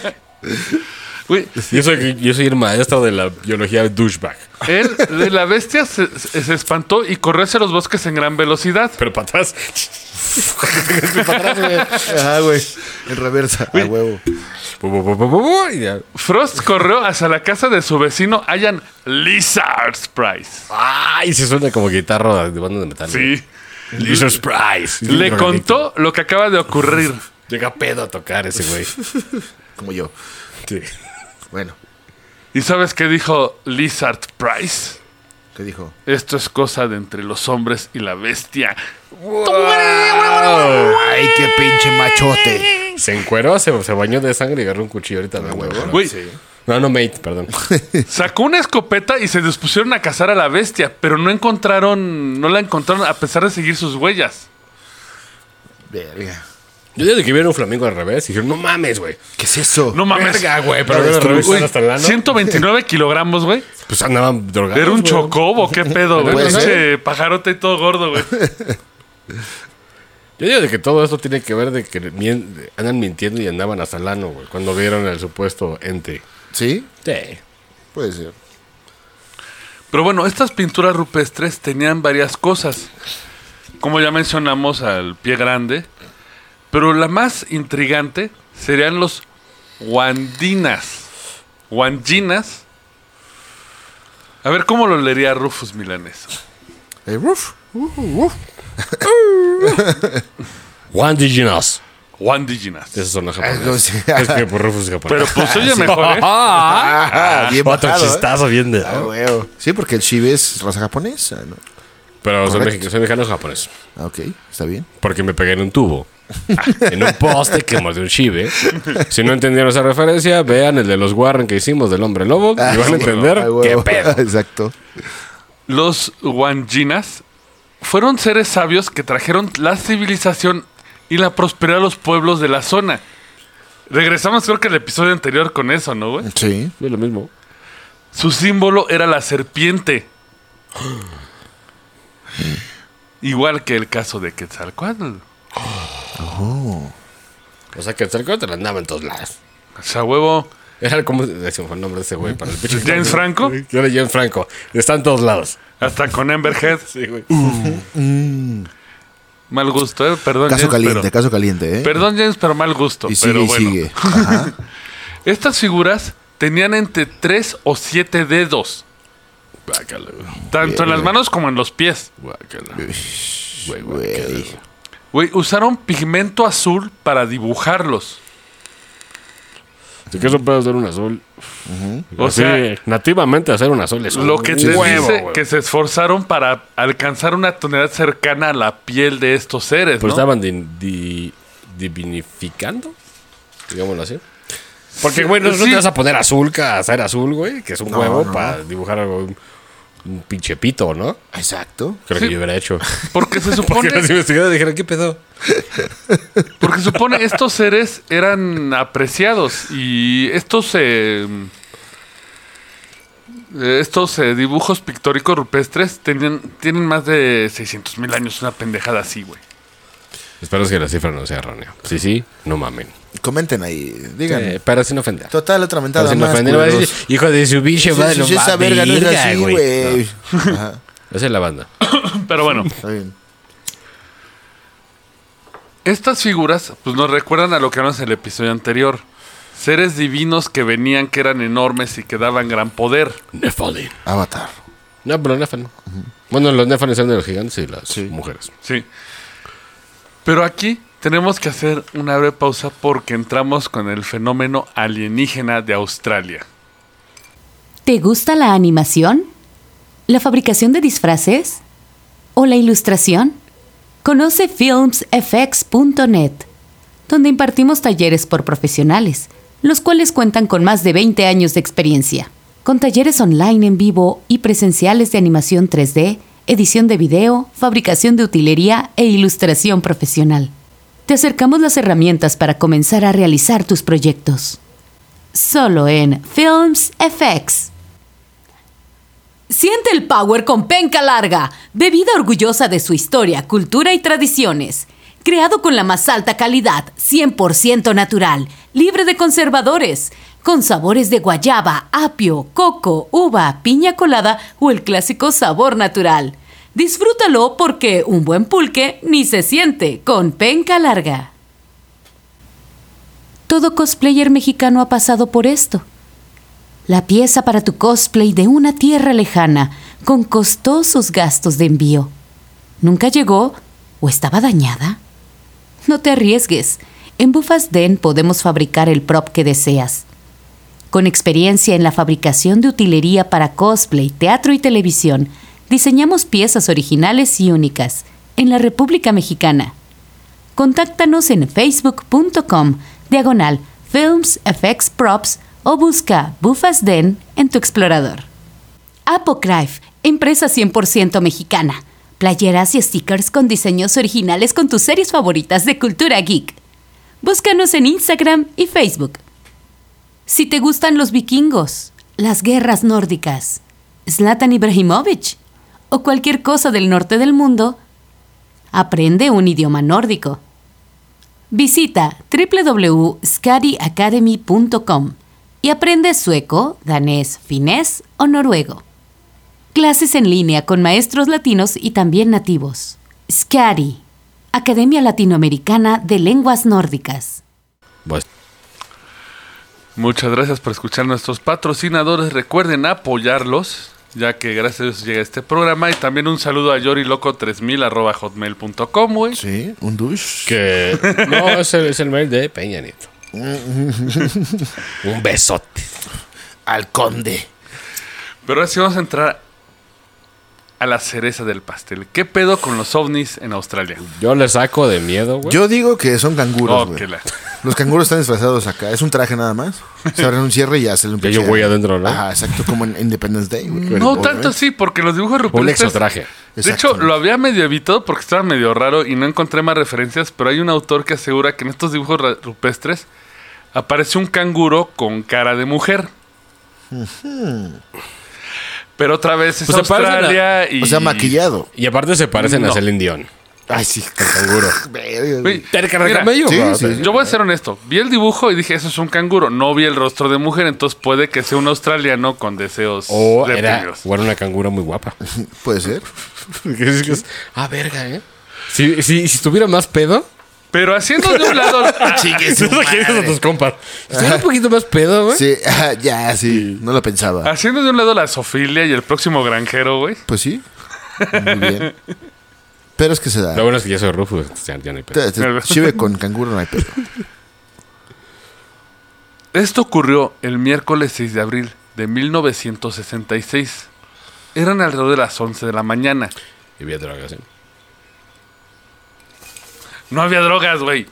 güey. Güey, yo, soy, yo soy el maestro de la biología douchebag. Él de la bestia se, se- se espantó y corrió hacia los bosques en gran velocidad. Pero para atrás. Ah, güey. En reversa, a huevo. Bu, bu, bu, bu, bu, bu, y ya. Frost corrió hacia la casa de su vecino Ian Lizard's Price. Ay, se suena como guitarra de banda de metal. güey. Sí. Lizard Surprise. Le contó lo que acaba de ocurrir. Llega pedo a tocar ese güey. Como yo. Sí. Bueno, ¿Y sabes qué dijo Lizard Price? ¿qué dijo? Esto es cosa de entre los hombres y la bestia. Ay, qué pinche machote. Se encueró, se, se bañó de sangre y agarró un cuchillo ahorita de huevo. Güey, No, no, mate, perdón. sacó una escopeta y se dispusieron a cazar a la bestia, pero no encontraron, no la encontraron a pesar de seguir sus huellas. Verga. Yo desde que vieron un flamingo al revés y dijeron, no mames, güey. ¿Qué es eso? No mames. Verga, güey, pero No, no lo estuvo- revisaron Uy, hasta el ano. 129 kilogramos, güey. Pues andaban drogados. Era un güey. chocobo, qué pedo, güey. Puede Pinche ser. pajarote y todo gordo, güey. Yo digo de que todo esto tiene que ver de que mien- de- andan mintiendo y andaban hasta el ano, güey. Cuando vieron el supuesto ente. ¿Sí? Sí. Puede ser. Pero bueno, estas pinturas rupestres tenían varias cosas. Como ya mencionamos al pie grande. Pero la más intrigante serían los guandinas. Guandinas. A ver cómo lo leería Rufus Milanes. Eh, uh, ruf. One Diginos. Guandinas. Esos son los Ah, no japoneses. sé. es que por Rufus es japonés. Pero pues oye mejor, ¿eh? Ah, bien Otro bajado, ¿eh? chistazo bien de... Ah, huevo. Sí, porque el chibi es raza japonesa, ¿no? Pero soy, Correcto. mexicano, soy mexicano japonés. Ah, ok, está bien. Porque me pegué en un tubo. Ah, en un poste que mordió un chive. Si no entendieron esa referencia, vean el de los Warren que hicimos del hombre lobo. y van a entender Ah, qué huevo. pedo. Exacto. Los Wanjinas fueron seres sabios que trajeron la civilización y la prosperidad a los pueblos de la zona. Regresamos creo que el episodio anterior con eso, ¿no, güey? Sí. Es lo mismo. Su símbolo era la serpiente. Igual que el caso de Quetzalcoatl. O sea que el cerco te la andaba en todos lados. O sea, huevo. Era como ese fue el nombre de ese güey para el pinche- ¿James Franco? Yo era James Franco. Está en todos lados. Uh, Hasta con Amber Heard. Sí, güey. Mal gusto, ¿eh? Perdón, Caso James, caliente, pero- caso caliente, ¿eh? Perdón, James, pero mal gusto. y sigue, pero y bueno. sigue. Ah, Ajá. Estas figuras tenían entre 3 o 7 dedos. Guácala, güey. Tanto en Eh. las manos como en los pies. Guácala. Güey, guácala, Güey. güey. Güey, usaron pigmento azul para dibujarlos. Si quieres un pedo hacer un azul. O O sea- sea, nativamente hacer un azul es un Lo que te huevo, dice güey. que se esforzaron para alcanzar una tonalidad cercana a la piel de estos seres, Pues ¿no? estaban di- di- divinificando, digámoslo así. Porque, güey, no, no sí. te vas a poner azul, a hacer azul, güey, que es un No, huevo no. para dibujar algo, un, un pinche pito, ¿no? Exacto. Creo Sí. que yo hubiera hecho. Porque se supone, Porque los investigadores dijeron, ¿qué pedo? porque supone estos seres eran apreciados y estos eh, eh, estos eh, dibujos pictóricos rupestres tenían, tienen más de 600 mil años, una pendejada así, güey. Espero que la cifra no sea errónea. Sí, sí, no mamen. Comenten ahí, díganme. Eh, para sin ofender. Total, otra Para mentada sin más. ofender. va a decir, culeros. Hijo de su biche, Sí, madre, sí, no sí, esa mames, verga no es así, güey. güey. No, Ajá, Esa es la banda. Pero bueno, Está bien. estas figuras pues nos recuerdan a lo que hablamos en el episodio anterior. Seres divinos que venían, que eran enormes y que daban gran poder. Nephilim. Avatar. No, pero Nephilim. Bueno, los Nephilim son de los gigantes y las mujeres. Sí. Pero aquí tenemos que hacer una breve pausa porque entramos con el fenómeno alienígena de Australia. ¿Te gusta la animación? ¿La fabricación de disfraces? ¿O la ilustración? Conoce filmsfx.net, donde impartimos talleres por profesionales, los cuales cuentan con más de 20 años de experiencia, con talleres online en vivo y presenciales de animación 3D, edición de video, fabricación de utilería e ilustración profesional. Te acercamos las herramientas para comenzar a realizar tus proyectos solo en Films FX. Siente el power con penca larga, bebida orgullosa de su historia, cultura y tradiciones. Creado con la más alta calidad, 100% natural, libre de conservadores, con sabores de guayaba, apio, coco, uva, piña colada o el clásico sabor natural. Disfrútalo porque un buen pulque ni se siente con penca larga. Todo cosplayer mexicano ha pasado por esto. La pieza para tu cosplay de una tierra lejana, con costosos gastos de envío. ¿Nunca llegó o estaba dañada? No te arriesgues. En Bufas Den podemos fabricar el prop que deseas. Con experiencia en la fabricación de utilería para cosplay, teatro y televisión, diseñamos piezas originales y únicas en la República Mexicana contáctanos en facebook.com diagonal films FX props o busca Bufas Den en tu explorador. Apocryph, empresa 100% mexicana. Playeras y stickers con diseños originales con tus series favoritas de cultura geek. Búscanos en Instagram y Facebook. Si te gustan los vikingos, las guerras nórdicas, Zlatan Ibrahimovic o cualquier cosa del norte del mundo, aprende un idioma nórdico. Visita www.skadiacademy.com y aprende sueco, danés, finés o noruego. Clases en línea con maestros latinos y también nativos. SCADI, Academia Latinoamericana de Lenguas Nórdicas. Pues, Muchas gracias por escuchar nuestros patrocinadores. Recuerden apoyarlos, ya que gracias a ellos llega este programa. Y también un saludo a yoriloco3000 arroba hotmail.com, güey. Sí, un douche. que. No, es el, es el mail de Peña Nieto. Un besote. Al conde. Pero ahora sí vamos a entrar a la cereza del pastel. ¿Qué pedo con los ovnis en Australia? Yo le saco de miedo, güey. Yo digo que son canguros, Oh, güey. que la- Los canguros están disfrazados acá. Es un traje nada más. Se abren un cierre y ya se le hay un güey adentro, ¿no? Ajá, exacto, como en Independence Day, güey. No tanto así, porque los dibujos Un rupestres... exotraje. De hecho, Exactamente. lo había medio evitado porque estaba medio raro y no encontré más referencias, pero hay un autor que asegura que en estos dibujos ra- rupestres aparece un canguro con cara de mujer. Pero otra vez es Pues aparte la- Australia y... O sea, maquillado. Y aparte se parecen No. a Celine Dion. Ay, sí. El canguro. Verga, güey. Güey, Terca mira, de camello, sí, güey. sí, sí. Yo voy a ser honesto. Vi el dibujo y dije, eso es un canguro. No vi el rostro de mujer, entonces puede que sea un australiano con deseos Oh, O era, reptilianos. o era una cangura muy guapa. Puede ser. Que es- que es- ah, verga, ¿eh? Si, si, si estuviera más pedo, Pero haciendo de un lado... Ah, es lo Ah, que dices a tus compas. Si estuviera un poquito más pedo, ¿Eh? güey. Sí, ajá, ya, sí. No lo pensaba. haciendo de un lado la sofilia y el próximo granjero, güey. Pues sí. Muy bien. Pero es que se da. Lo bueno es que ya soy Rufus, ya, ya no hay pedo. Te- te- Chive con canguro no hay pedo. Esto ocurrió el miércoles 6 de abril de 1966. Eran alrededor de las 11 de la mañana. Y había drogas, ¿eh? No había drogas, güey.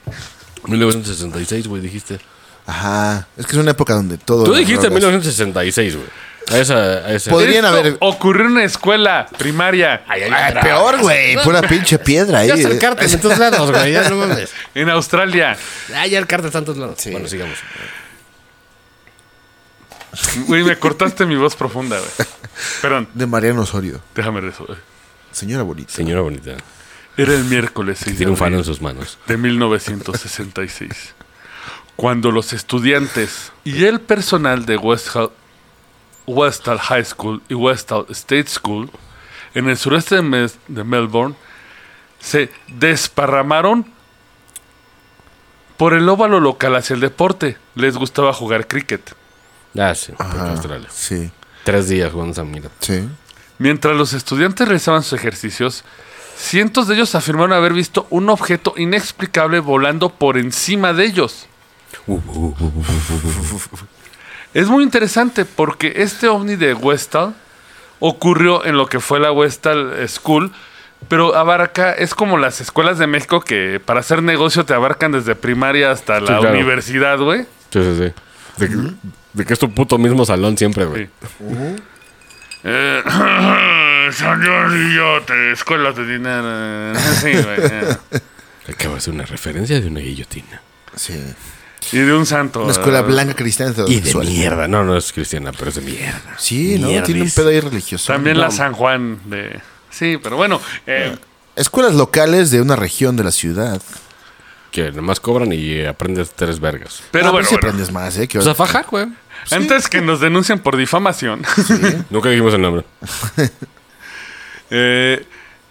1966, güey, dijiste. Ajá. Es que es una época donde todo. Tú eran dijiste drogas. 1966, güey. A esa... A esa Podría- Podrían Esto haber- Ocurrió en una escuela primaria Ay, ay, Ay, drogas. Ah, peor, güey. Eh, Pura pinche piedra ahí. eh. Ya está el cártel en todos lados, güey. Ya no mames. en Australia. Ah, ya el cártel está en todos lados. Bueno, sigamos. Güey, me cortaste mi voz profunda, güey. Perdón, De Mariano Osorio. déjame eso. güey. Señora bonita. Señora bonita, Era el miércoles que 6 de tiene un faro abril en sus manos. de 1966, cuando los estudiantes y el personal de Westhall, Westhall High School y Westhall State School en el sureste de, Mes- de Melbourne se desparramaron por el óvalo local hacia el deporte. Les gustaba jugar cricket. Ah, sí, porque Ajá, Australia. Sí, Tres días jugando esa mierda. sí. Mientras los estudiantes realizaban sus ejercicios, cientos de ellos afirmaron haber visto un objeto inexplicable volando por encima de ellos. Es muy interesante porque este ovni de Westall ocurrió en lo que fue la Westall School, pero abarca, es como las escuelas de México que para hacer negocio te abarcan desde primaria hasta la claro. universidad, güey. Sí, sí, sí. De, que- de que es tu puto mismo salón siempre, güey. Sí. Eh, señor y yo, te escuelas de dinero. Sí, güey, eh. Acaba de ser una referencia de una guillotina. Sí. Y de un santo. eh, Una escuela blanca cristiana. Y de heterosexual. mierda. No, no es cristiana, pero es de mierda. Sí, ¿no? Mierda, Tiene un es- pedo ahí religioso. También No. Ah, la San Juan de. Sí, pero bueno. eh, Escuelas locales de una región de la ciudad. Que nomás cobran y aprendes tres vergas. pero Ah, bueno, sí bueno. aprendes más, ¿eh? Que Pues a fajar, güey. antes que nos denuncien por difamación, Nunca dijimos el nombre. eh,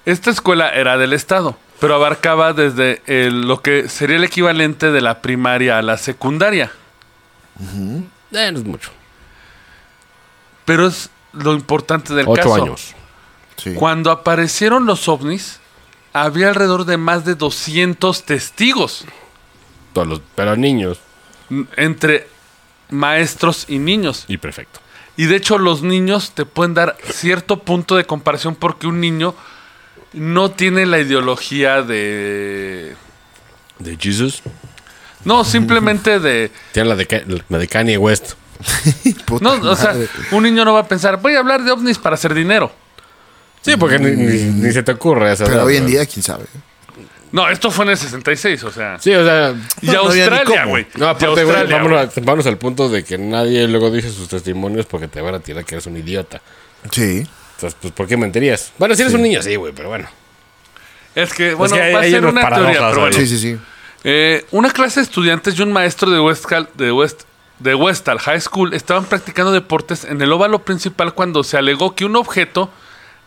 esta escuela era del Estado, pero abarcaba desde el- lo que sería el equivalente de la primaria a la secundaria. Eh, no es mucho. Pero es lo importante del Ocho caso. años. Sí. Cuando aparecieron los ovnis, había alrededor de más de 200 testigos, Todos los, pero niños. n- entre maestros y niños. Y perfecto. Y de hecho los niños te pueden dar cierto punto de comparación porque un niño no tiene la ideología de... De Jesus. No, simplemente de... Tiene la de, Ka- la de Kanye West. Puta No, o sea, madre. un niño no va a pensar, voy a hablar de ovnis para hacer dinero. Sí, porque ni, ni- ni se te ocurre esa Pero edad, hoy en güey. día, quién sabe. No, esto fue en el 66, o sea... Sí, o sea. Y No, no había ni Australia, cómo. güey. No, Y aparte, güey, Australia, güey. vámonos, a- vámonos al punto de que nadie luego dice sus testimonios porque te van a tirar que eres un idiota. Sí. Entonces, pues, ¿por qué mentirías? Bueno, si eres un niño, sí, güey, pero bueno. Es que, bueno, que hay- va a hay ser unas una teoría, paradojas, pero bueno. Sí, sí, sí. Eh, una clase de estudiantes y un maestro de Westhall de West, de Westhall High School estaban practicando deportes en el óvalo principal cuando se alegó que un objeto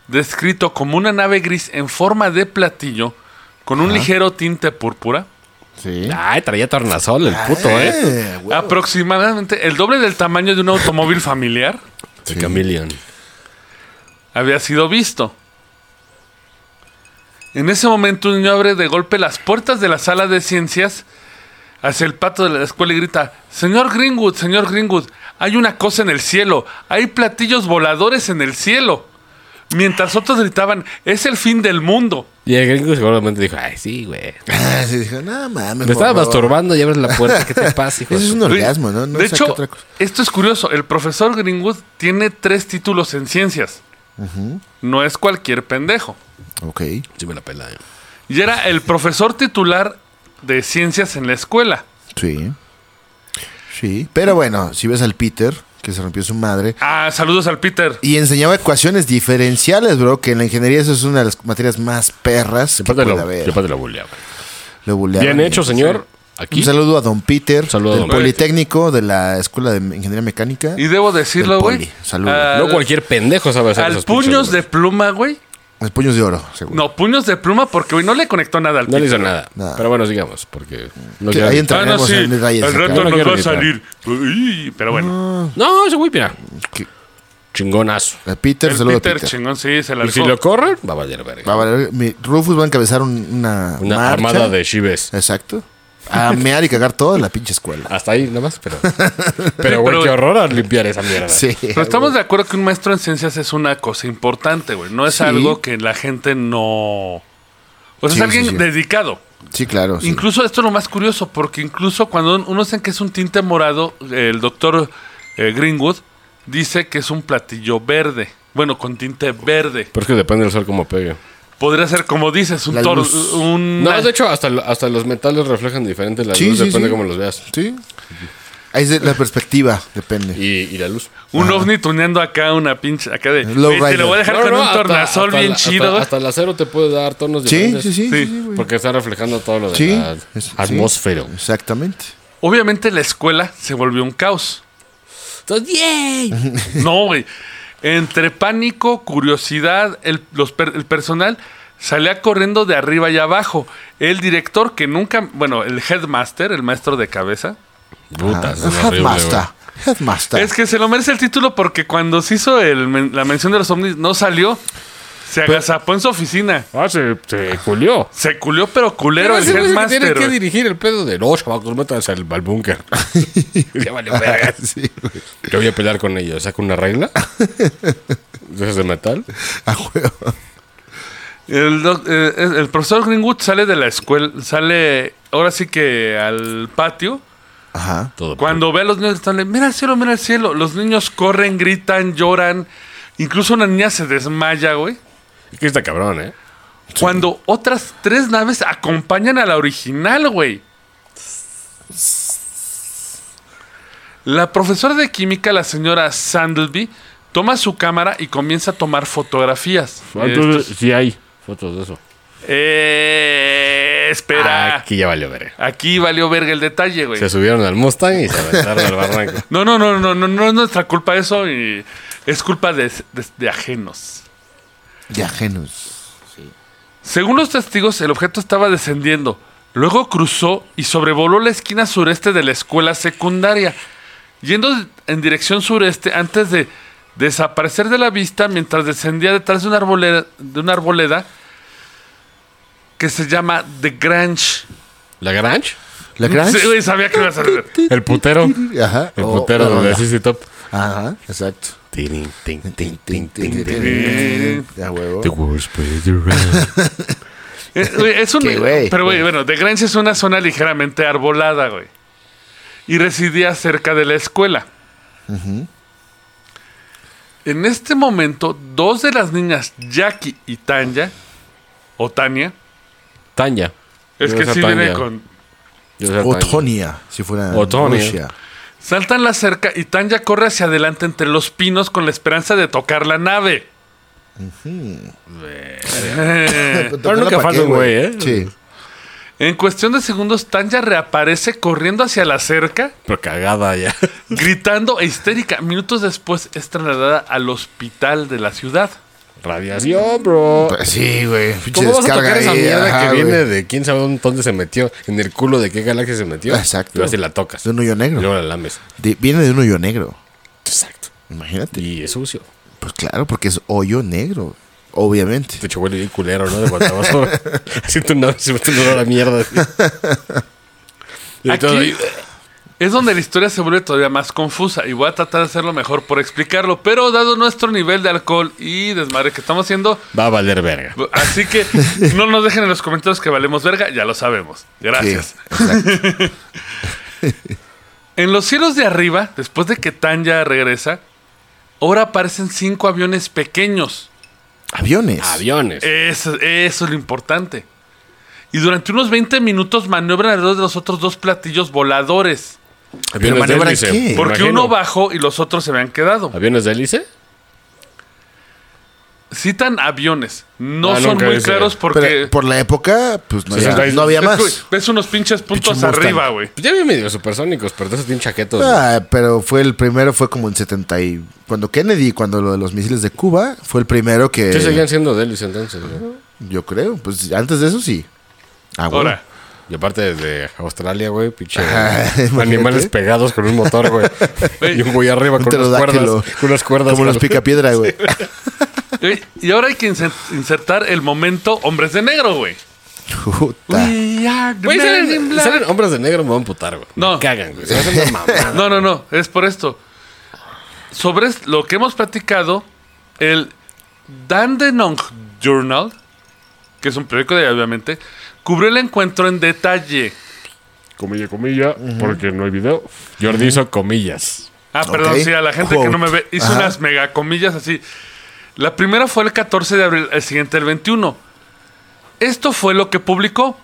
descrito como una nave gris en forma de platillo con un ligero tinte púrpura, Sí. Ah, Ay, traía tornasol el puto, ¿eh? Eh, güey. aproximadamente el doble del tamaño de un automóvil familiar, El chameleon. había sido visto. En ese momento un niño abre de golpe las puertas de la sala de ciencias hacia el pato de la escuela y grita, Señor Greenwood, señor Greenwood, hay una cosa en el cielo, hay platillos voladores en el cielo. Mientras otros gritaban, es el fin del mundo. Y el gringo seguramente dijo, ay, sí, güey. Ah, sí, dije, no mames. Me estaba por favor. masturbando y abres la puerta. ¿Qué te pasa, hijo? de Eso es su- un orgasmo, ¿no? No de saca hecho, otra cosa. esto es curioso, el profesor Greenwood tiene tres títulos en ciencias. No es cualquier pendejo. Ok. Sí me la pela, eh. Y era el profesor titular de ciencias en la escuela. Sí. Sí. Pero bueno, si ves al Peter, que se rompió su madre. Ah, saludos al Peter. Y enseñaba ecuaciones diferenciales, bro, que en la ingeniería eso es una de las materias más perras que Aparte puede lo, haber. aparte lo buleaba. Lo buleaban Bien y- hecho, señor. Aquí. Un saludo a don Peter, Un saludo a del don Politécnico, de la Escuela de Ingeniería Mecánica. Y debo decirlo, Del güey. poli, saludos. al- No cualquier pendejo sabe hacer Al esos pinches puños de números. pluma, güey. Los puños de oro, seguro. No, puños de pluma porque, güey, no le conectó nada al No le hizo Peter, güey. nada. Nada. Pero bueno, sigamos, porque... No, Sí, quiero- ahí entra- Ah, no, Entraremos sí. en detalles Al acá. rato No nos quiero va a gritar. Ah. salir. Uy, pero bueno. no ese güey, mira. Que- Chingonazo. a Peter, el saludo Peter, a Peter. chingón, sí, se la Y si rifó. lo corren, va a valer verga. Va a valer- mi- Rufus va a encabezar un- una, Una marcha. armada de chives. Exacto. A mear y cagar toda la pinche escuela. Hasta ahí nomás, pero... Pero, güey, pero- qué horror al limpiar esa mierda. Sí. Pero estamos de acuerdo que un maestro en ciencias es una cosa importante, güey. No es Sí. algo que la gente no. O sea, Sí, es sí, alguien sí. dedicado. Sí, claro. sí. Incluso esto es lo más curioso, porque incluso cuando un- uno sabe que es un tinte morado, el doctor eh, Greenwood dice que es un platillo verde. Bueno, con tinte verde. Pero es que depende del sol como pegue. Podría ser, como dices, un La toro. luz. un- No, de hecho, hasta, lo- hasta los metales reflejan diferente la Sí, luz, sí, depende sí. cómo los veas. Sí. Ahí es de la perspectiva, depende. Y, y la luz. Un ovni tuneando acá una pinche. Acá de. Low "Güey, te rider. lo voy a dejar No, con no, un hasta- tornasol hasta bien la- chido. Hasta, hasta el acero te puede dar tonos Sí, diferentes. sí, sí, sí, Sí. sí, güey. Porque está reflejando todo lo de Sí, la es- sí. atmósfera. Exactamente. Obviamente la escuela se volvió un caos. Entonces, ¡yay! No, güey. Entre pánico, curiosidad, el, los per- el personal salía corriendo de arriba y abajo. El director que nunca, bueno, el headmaster, el maestro de cabeza. Puta, Ah, es horrible, Headmaster. güey. Headmaster. Es que se lo merece el título porque cuando se hizo el men- la mención de los ovnis no salió. Se agazapó en su oficina. Ah, se, se culió. Se culió pero culero el ese güey es el que headmaster. tiene que güey. dirigir el pedo de los chavacos, métanse al, al búnker. Ya vale, verga. Sí, güey. Yo voy a pelear con ellos. Saco una regla. De esas de metal. A huevo. El, doc- eh, es- el profesor Greenwood sale de la escuela, sale ahora sí que al patio. Ajá. Todo. Cuando ve a los niños, están le- mira el cielo, mira el cielo. Los niños corren, gritan, lloran. Incluso una niña se desmaya, güey. Es que está cabrón, ¿eh? Cuando otras tres naves acompañan a la original, güey. La profesora de química, la señora Sandleby, toma su cámara y comienza a tomar fotografías. Ah, Entonces, Estos- sí hay fotos de eso. Ah, Eh, espera. Aquí ya valió verga. Aquí valió verga el detalle, güey. Se subieron al Mustang y se aventaron al barranco. No, no, no, no, no, no es nuestra culpa eso y es culpa de, de- de ajenos. De ajenos. Según los testigos, el objeto estaba descendiendo. Luego cruzó y sobrevoló la esquina sureste de la escuela secundaria, yendo en dirección sureste antes de desaparecer de la vista mientras descendía detrás de una arboleda, de una arboleda que se llama The Grange. ¿La Grange? ¿La Grange? Sí, güey, sabía que ibas a hacer. El putero. Ajá. El O- putero o- de CC Top. Ajá, exacto. Tirin, tin, tin, tin, tin, tin. A huevo. The world's played around. Eh, güey, Es un, Qué güey. pero güey, bueno, de Grange es una zona ligeramente arbolada, güey. Y residía cerca de la escuela. En este momento, dos de las niñas, Jackie y Tanya, o Tania, Tanya. es Yo que esa sí viene Tanya. con. Yo esa Tanya. Otonia, si fuera Otonia. Rusia. Saltan la cerca y Tanya corre hacia adelante entre los pinos con la esperanza de tocar la nave. Eh, Pero nunca falta un güey, ¿eh? Sí. en cuestión de segundos, Tanya reaparece corriendo hacia la cerca. Pero cagada ya. gritando e histérica. Minutos después es trasladada al hospital de la ciudad. Radiación, bro. Pues sí, güey. Pinche ¿Cómo vas a descarga tocar esa ahí, mierda ajá, que güey. viene de quién sabe dónde se metió? ¿En el culo de qué galaxia se metió? Exacto. Y luego así la tocas. De un hoyo negro. Y luego la lames. De- viene de un hoyo negro. Exacto. Imagínate. Y es sucio. Pues claro, porque es hoyo negro. Obviamente. Te hecho Este huele bien culero, ¿no? De guatabazo. Así tu nave se mete un olor a mierda. así. Y entonces Aquí eh, ahí- es donde la historia se vuelve todavía más confusa y voy a tratar de hacerlo mejor por explicarlo, pero dado nuestro nivel de alcohol y desmadre que estamos haciendo, va a valer verga. así que no nos dejen en los comentarios que valemos verga, ya lo sabemos. Gracias. Sí, exacto. En los cielos de arriba, después de que Tanya regresa, ahora aparecen cinco aviones pequeños. Aviones. Aviones. Eso, eso es lo importante. Y durante unos 20 minutos maniobran alrededor de los otros dos platillos voladores. ¿Pero Aviones de maniobra hélice. qué? Me Porque imagino. uno bajó y los otros se habían quedado. ¿Aviones de hélice? Citan aviones. No Ah, son nunca muy hice. claros porque Pero por la época, pues no, Sí, había, sí. no había más. ves, ves unos pinches puntos Pinche Mustang. arriba, güey. Pues ya vi medio supersónicos, pero entonces tienen chaquetos. güey. Ah, pero fue el primero, fue como en 70 y... Cuando Kennedy, cuando lo de los misiles de Cuba, fue el primero que... Sí, seguían siendo de hélice entonces. güey. Yo creo, pues antes de eso sí. Ah, bueno. Ahora, Y aparte de Australia, güey, pinche. Ajá, animales imagínate. pegados con un motor, güey. y un güey arriba Un con unas pterodáctilo. cuerdas. Con unas cuerdas. Como los güey. picapiedra, güey. Ah, eh, y ahora hay que inser- insertar el momento hombres de negro, güey. Puta. We are the Güey, men in salen, black. salen hombres de negro, me van a putar, güey. No. Me cagan, güey. Se me hacen una mamada. No, no, no, es por esto. Sobre es- lo que hemos platicado, el Dandenong Journal, que es un periódico de obviamente, cubrió el encuentro en detalle. Comilla, comilla, porque no hay video. Jordi hizo comillas. Ah, perdón, Ok. sí, a la gente que no me ve, hizo Ajá. unas mega comillas así. La primera fue el 14 de abril, el siguiente el 21. Esto fue lo que publicó.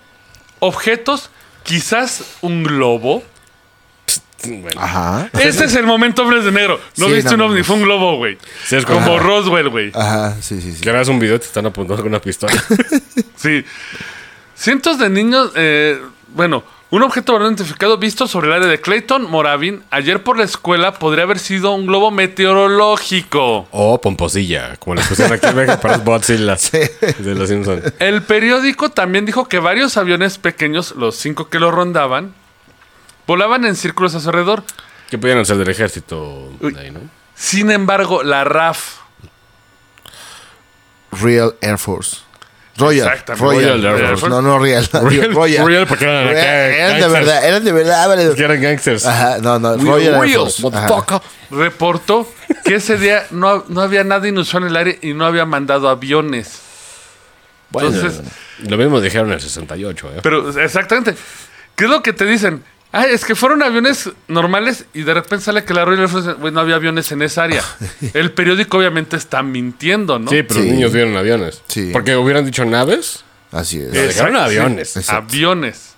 Objetos, quizás un globo, Bueno, Ajá. Este es el momento, hombres de negro. No Sí, viste no un ovni, mames. fue un globo, güey. Sí, es como como- Roswell, güey. Ajá, sí, sí, sí. que ahora es un video y te están apuntando con una pistola. Sí. Cientos de niños. eh, bueno, un objeto no identificado visto sobre el área de Clayton Moravin ayer por la escuela podría haber sido un globo meteorológico. o pomposilla, como les pusieron aquí en México para los Godzilla de los Simpsons. El periódico también dijo que varios aviones pequeños, los cinco que lo rondaban, volaban en círculos a su alrededor. Que pudieron ser del ejército Uy. de ahí, ¿no? Sin embargo, la RAF. Real Air Force. Royal. Exactamente. Royal, Royal Air Air Force. Force. No, no, Real. Digo, Royal- Royal, porque eran acá Real- Eran de gangsters. verdad, eran de verdad, vale. Que eran gangsters. Ajá, no, no, We Royal are Air wheels, Force. Ajá. reportó que ese día no, no había nada inusual en el área y no había mandado aviones. Bueno, Entonces- lo mismo dijeron en el 68, ¿eh? Pero exactamente, ¿qué es lo que te dicen? Ah, es que fueron aviones normales y de repente sale que la Royal Air Force, güey, no había aviones en esa área. El periódico obviamente está mintiendo, ¿no? Sí, pero Sí. los niños vieron aviones. Sí. Porque hubieran dicho naves, Así es. pero dejaron Exacto, aviones. sí. Exacto. Aviones.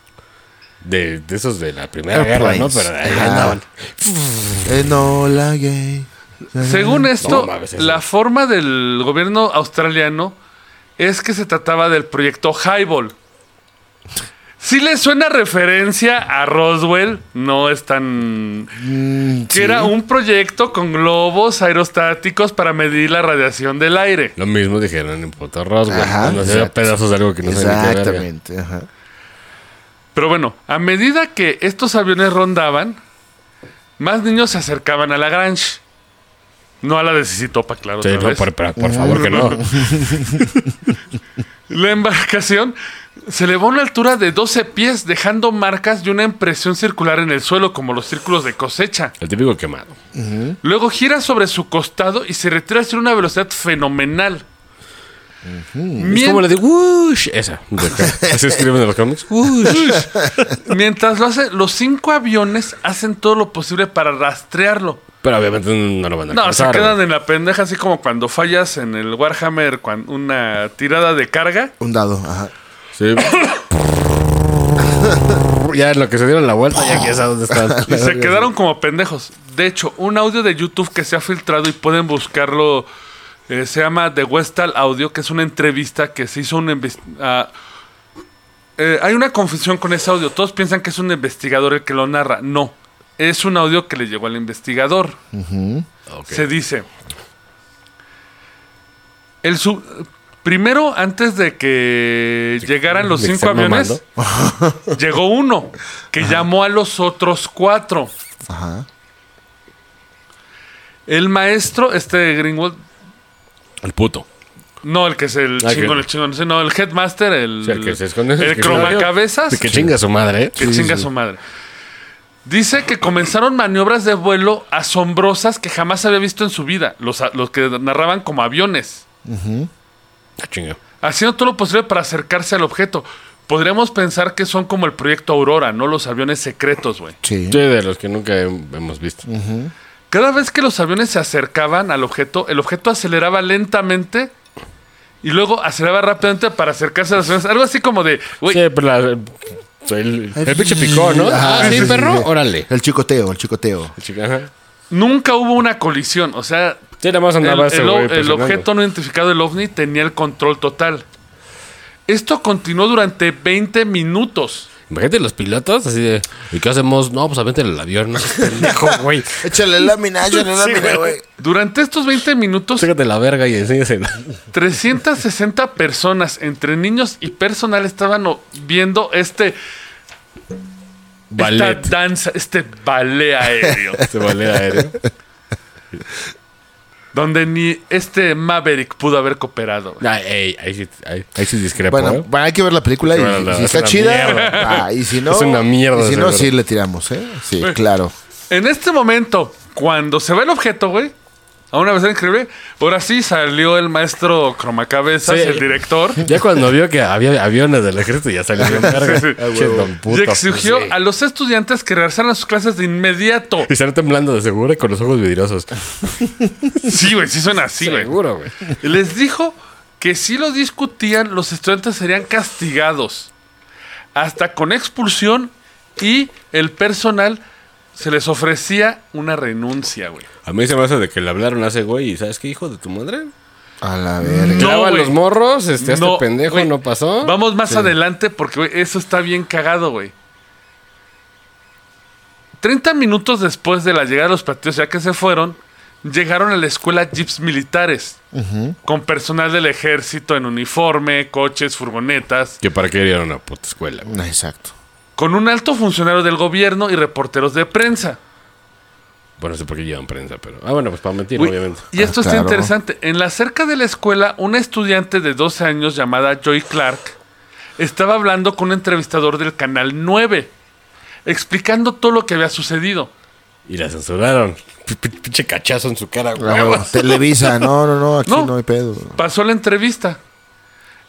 De, de esos de la primera guerra, ¿no? Airplanes. Pero ahí Ajá. andaban. Enola Gay. Según esto, No mames, eso. la forma del gobierno australiano es que se trataba del proyecto Highball. Si le suena referencia a Roswell, no es tan... Mm, que era un proyecto con globos aerostáticos para medir la radiación del aire. Lo mismo dijeron en Puerto Roswell. Ajá, cuando se veía exacto. pedazos de algo que no se Exactamente. Exactamente. Ajá. Pero bueno, a medida que estos aviones rondaban, más niños se acercaban a la Grange. No a la de Sisitopa, claro. Sí, otra no, vez. por, por- por favor que no. La embarcación se elevó a una altura de 12 pies, dejando marcas y una impresión circular en el suelo, como los círculos de cosecha. El típico quemado. Luego gira sobre su costado y se retira a una velocidad fenomenal. Es Mien- como la de Whoosh. Esa. de acá. Así escriben en los cómics. Whoosh. Mientras lo hace, los cinco aviones hacen todo lo posible para rastrearlo. Pero obviamente no lo van a No, se alcanzar, quedan güey. en la pendeja, así como cuando fallas en el Warhammer cuan- una tirada de carga. Un dado, ajá. Sí. ya en lo que se dieron la vuelta, ya que es a dónde están. Y se quedaron como pendejos. De hecho, un audio de YouTube que se ha filtrado y pueden buscarlo. eh, se llama The Westal Audio, que es una entrevista que se hizo un inves- a- eh, hay una confusión con ese audio. Todos piensan que es un investigador el que lo narra. No. Es un audio que le llegó al investigador. Se dice. El sub- Primero, antes de que llegaran los de que cinco están aviones, llegó uno que llamó a los otros cuatro. Ajá. El maestro, este Greenwald, El puto. no el que es el Ah, que- chingón, el chingón, ese, no, el headmaster, el, O sea, el que se esconde. el que- cromacabezas, Que chinga su madre, ¿eh? que chinga su madre. Dice que comenzaron maniobras de vuelo asombrosas que jamás había visto en su vida, los, a- los que narraban como aviones, Ah, chinga. haciendo todo lo posible para acercarse al objeto. Podríamos pensar que son como el proyecto Aurora, ¿no? Los aviones secretos, güey. Sí. Sí, de los que nunca he- hemos visto. Cada vez que los aviones se acercaban al objeto, el objeto aceleraba lentamente y luego aceleraba rápidamente para acercarse a las aviones. Algo así como de, güey, Sí, pero la- soy el, el pinche picó, ¿no? Ajá, Ah, sí, perro. Órale. El chicoteo, el chicoteo. Chinga, ajá. nunca hubo una colisión. O sea, Sí, nada más el, andaba ese el o- güey. el presionando. objeto no identificado, el ovni, tenía el control total. Esto continuó durante 20 minutos. Imagínate los pilotos así de. ¿Y qué hacemos? No, pues avienten el avión. No, pendejo, güey. Échale lámina, échale lámina, güey. Durante estos 20 minutos, Sácate la verga y enséñasela. 360 personas, entre niños y personal, estaban o- viendo este, Ballet. esta danza, este ballet aéreo. Este ballet aéreo. Donde ni este Maverick pudo haber cooperado. güey. Ah, ey, ahí sí, ahí, ahí sí discrepo. Bueno, ¿eh? bueno, hay que ver la película y, Sí, bueno, y si es está una chida. mierda. ah, y si no. Es una mierda, Y si no, seguro. sí le tiramos, ¿eh? Sí, claro. En este momento, cuando se ve el objeto, güey, a una vez increíble, ahora sí salió el maestro Cromacabezas, Sí. el director, Ya cuando vio que había aviones del ejército, ya salió bien verga. Sí, sí. Ah, che, don y puto, exigió pues, sí. a los estudiantes que regresaran a sus clases de inmediato. Y salió temblando de seguro y con los ojos vidriosos. Sí, güey, sí suena así, güey. seguro, güey. Les dijo que si lo discutían, los estudiantes serían castigados. Hasta con expulsión y el personal se les ofrecía una renuncia, güey. A mí se me hace de que le hablaron a ese güey y ¿sabes qué, hijo de tu madre? A la Mm. verga. No, Clava güey. los morros, este, a este No, pendejo güey. no pasó. Vamos más adelante porque güey, eso está bien cagado, güey. 30 minutos después de la llegada de los partidos, ya que se fueron, llegaron a la escuela jeeps militares con personal del ejército en uniforme, coches, furgonetas, Que para qué ir a una puta escuela. güey. No, Ah, Exacto. con un alto funcionario del gobierno y reporteros de prensa. Bueno, no sé por qué llevan prensa, pero. Ah, bueno, pues para mentir, Güey, obviamente. Y esto Ah, está claro. interesante. En la cerca de la escuela, una estudiante de 12 años llamada Joy Clark estaba hablando con un entrevistador del Canal 9, explicando todo lo que había sucedido. Y la censuraron. P- p- Pinche cachazo en su cara, güey. Ah, bueno, Televisa, no, no, no, aquí No. no, hay pedo. Pasó la entrevista.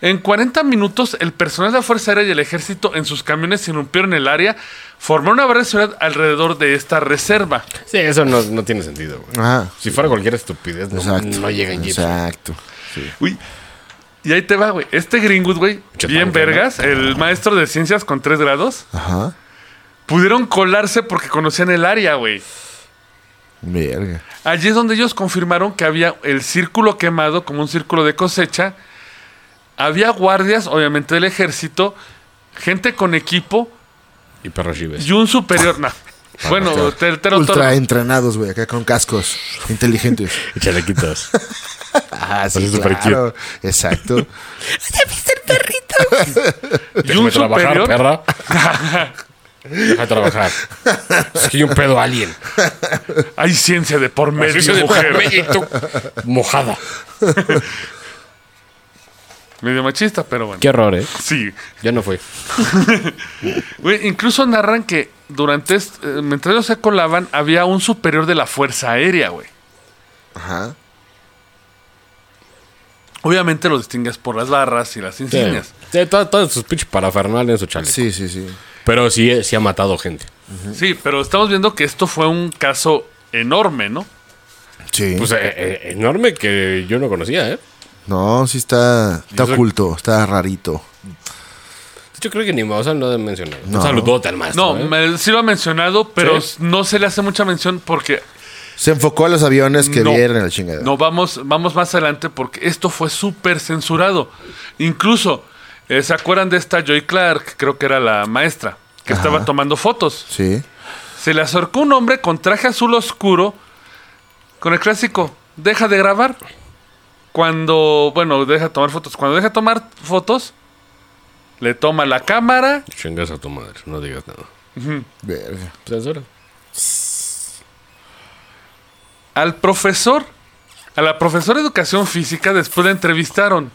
En 40 minutos, el personal de la Fuerza Aérea y el Ejército en sus camiones se irrumpieron en el área, formaron una barra de seguridad alrededor de esta reserva. Sí, eso no, no tiene sentido, güey. Ajá. Si fuera cualquier estupidez, no, Ah. Exacto. no llega en jeeps. Exacto. Uy. Y ahí te va, güey. Este Greenwood, güey, Mucha bien madre, ¿no? vergas, el maestro de ciencias con 3 grados, Ajá. pudieron colarse porque conocían el área, güey. Verga. Allí es donde ellos confirmaron que había el círculo quemado como un círculo de cosecha. Había guardias, obviamente, del ejército, gente con equipo Y perro chives. y un superior. nah. Bueno, te, te lo- Ultra entrenados, güey, acá con cascos inteligentes. Y chalequitos. Ah, sí, Así súper claro. Exacto. y un Déjame trabajar, superior. perra. Deja trabajar. Es que hay un pedo alien. Hay ciencia de por medio, Eso de mujer. cabellito Mojada. Medio machista, pero bueno. Qué horror, eh. Sí. Ya no fue. Güey, incluso narran que durante est- eh, mientras ellos se colaban, había un superior de la Fuerza Aérea, güey. Ajá. Obviamente los distingues por las barras y las insignias. Sí, todo- eh, Todos sus pinches parafernalia en su chaleco. Sí, sí, sí. Pero sí, sí ha matado gente. Sí, pero estamos viendo que esto fue un caso enorme, ¿no? Sí. Pues eh, eh, enorme que yo no conocía, ¿eh? no, sí está, está Eso- oculto, está rarito. Yo creo que ni Maussan lo ha mencionado. No. Un saludote al maestro. No, ¿eh? me- sí lo ha mencionado, pero Sí. no se le hace mucha mención porque Se enfocó a los aviones que No. vieron en la chingada. no vamos, vamos más adelante porque esto fue súper censurado. Incluso, eh, ¿se acuerdan de esta Joy Clark? Creo que era la maestra, que estaba tomando fotos. Sí. Se le acercó un hombre con traje azul oscuro con el clásico, deja de grabar. Cuando, bueno, deja tomar fotos. Cuando deja tomar fotos, le toma la cámara Chingas a tu madre, no digas nada. Pues, Verga. Censura. al profesor, a la profesora de educación física, después la entrevistaron.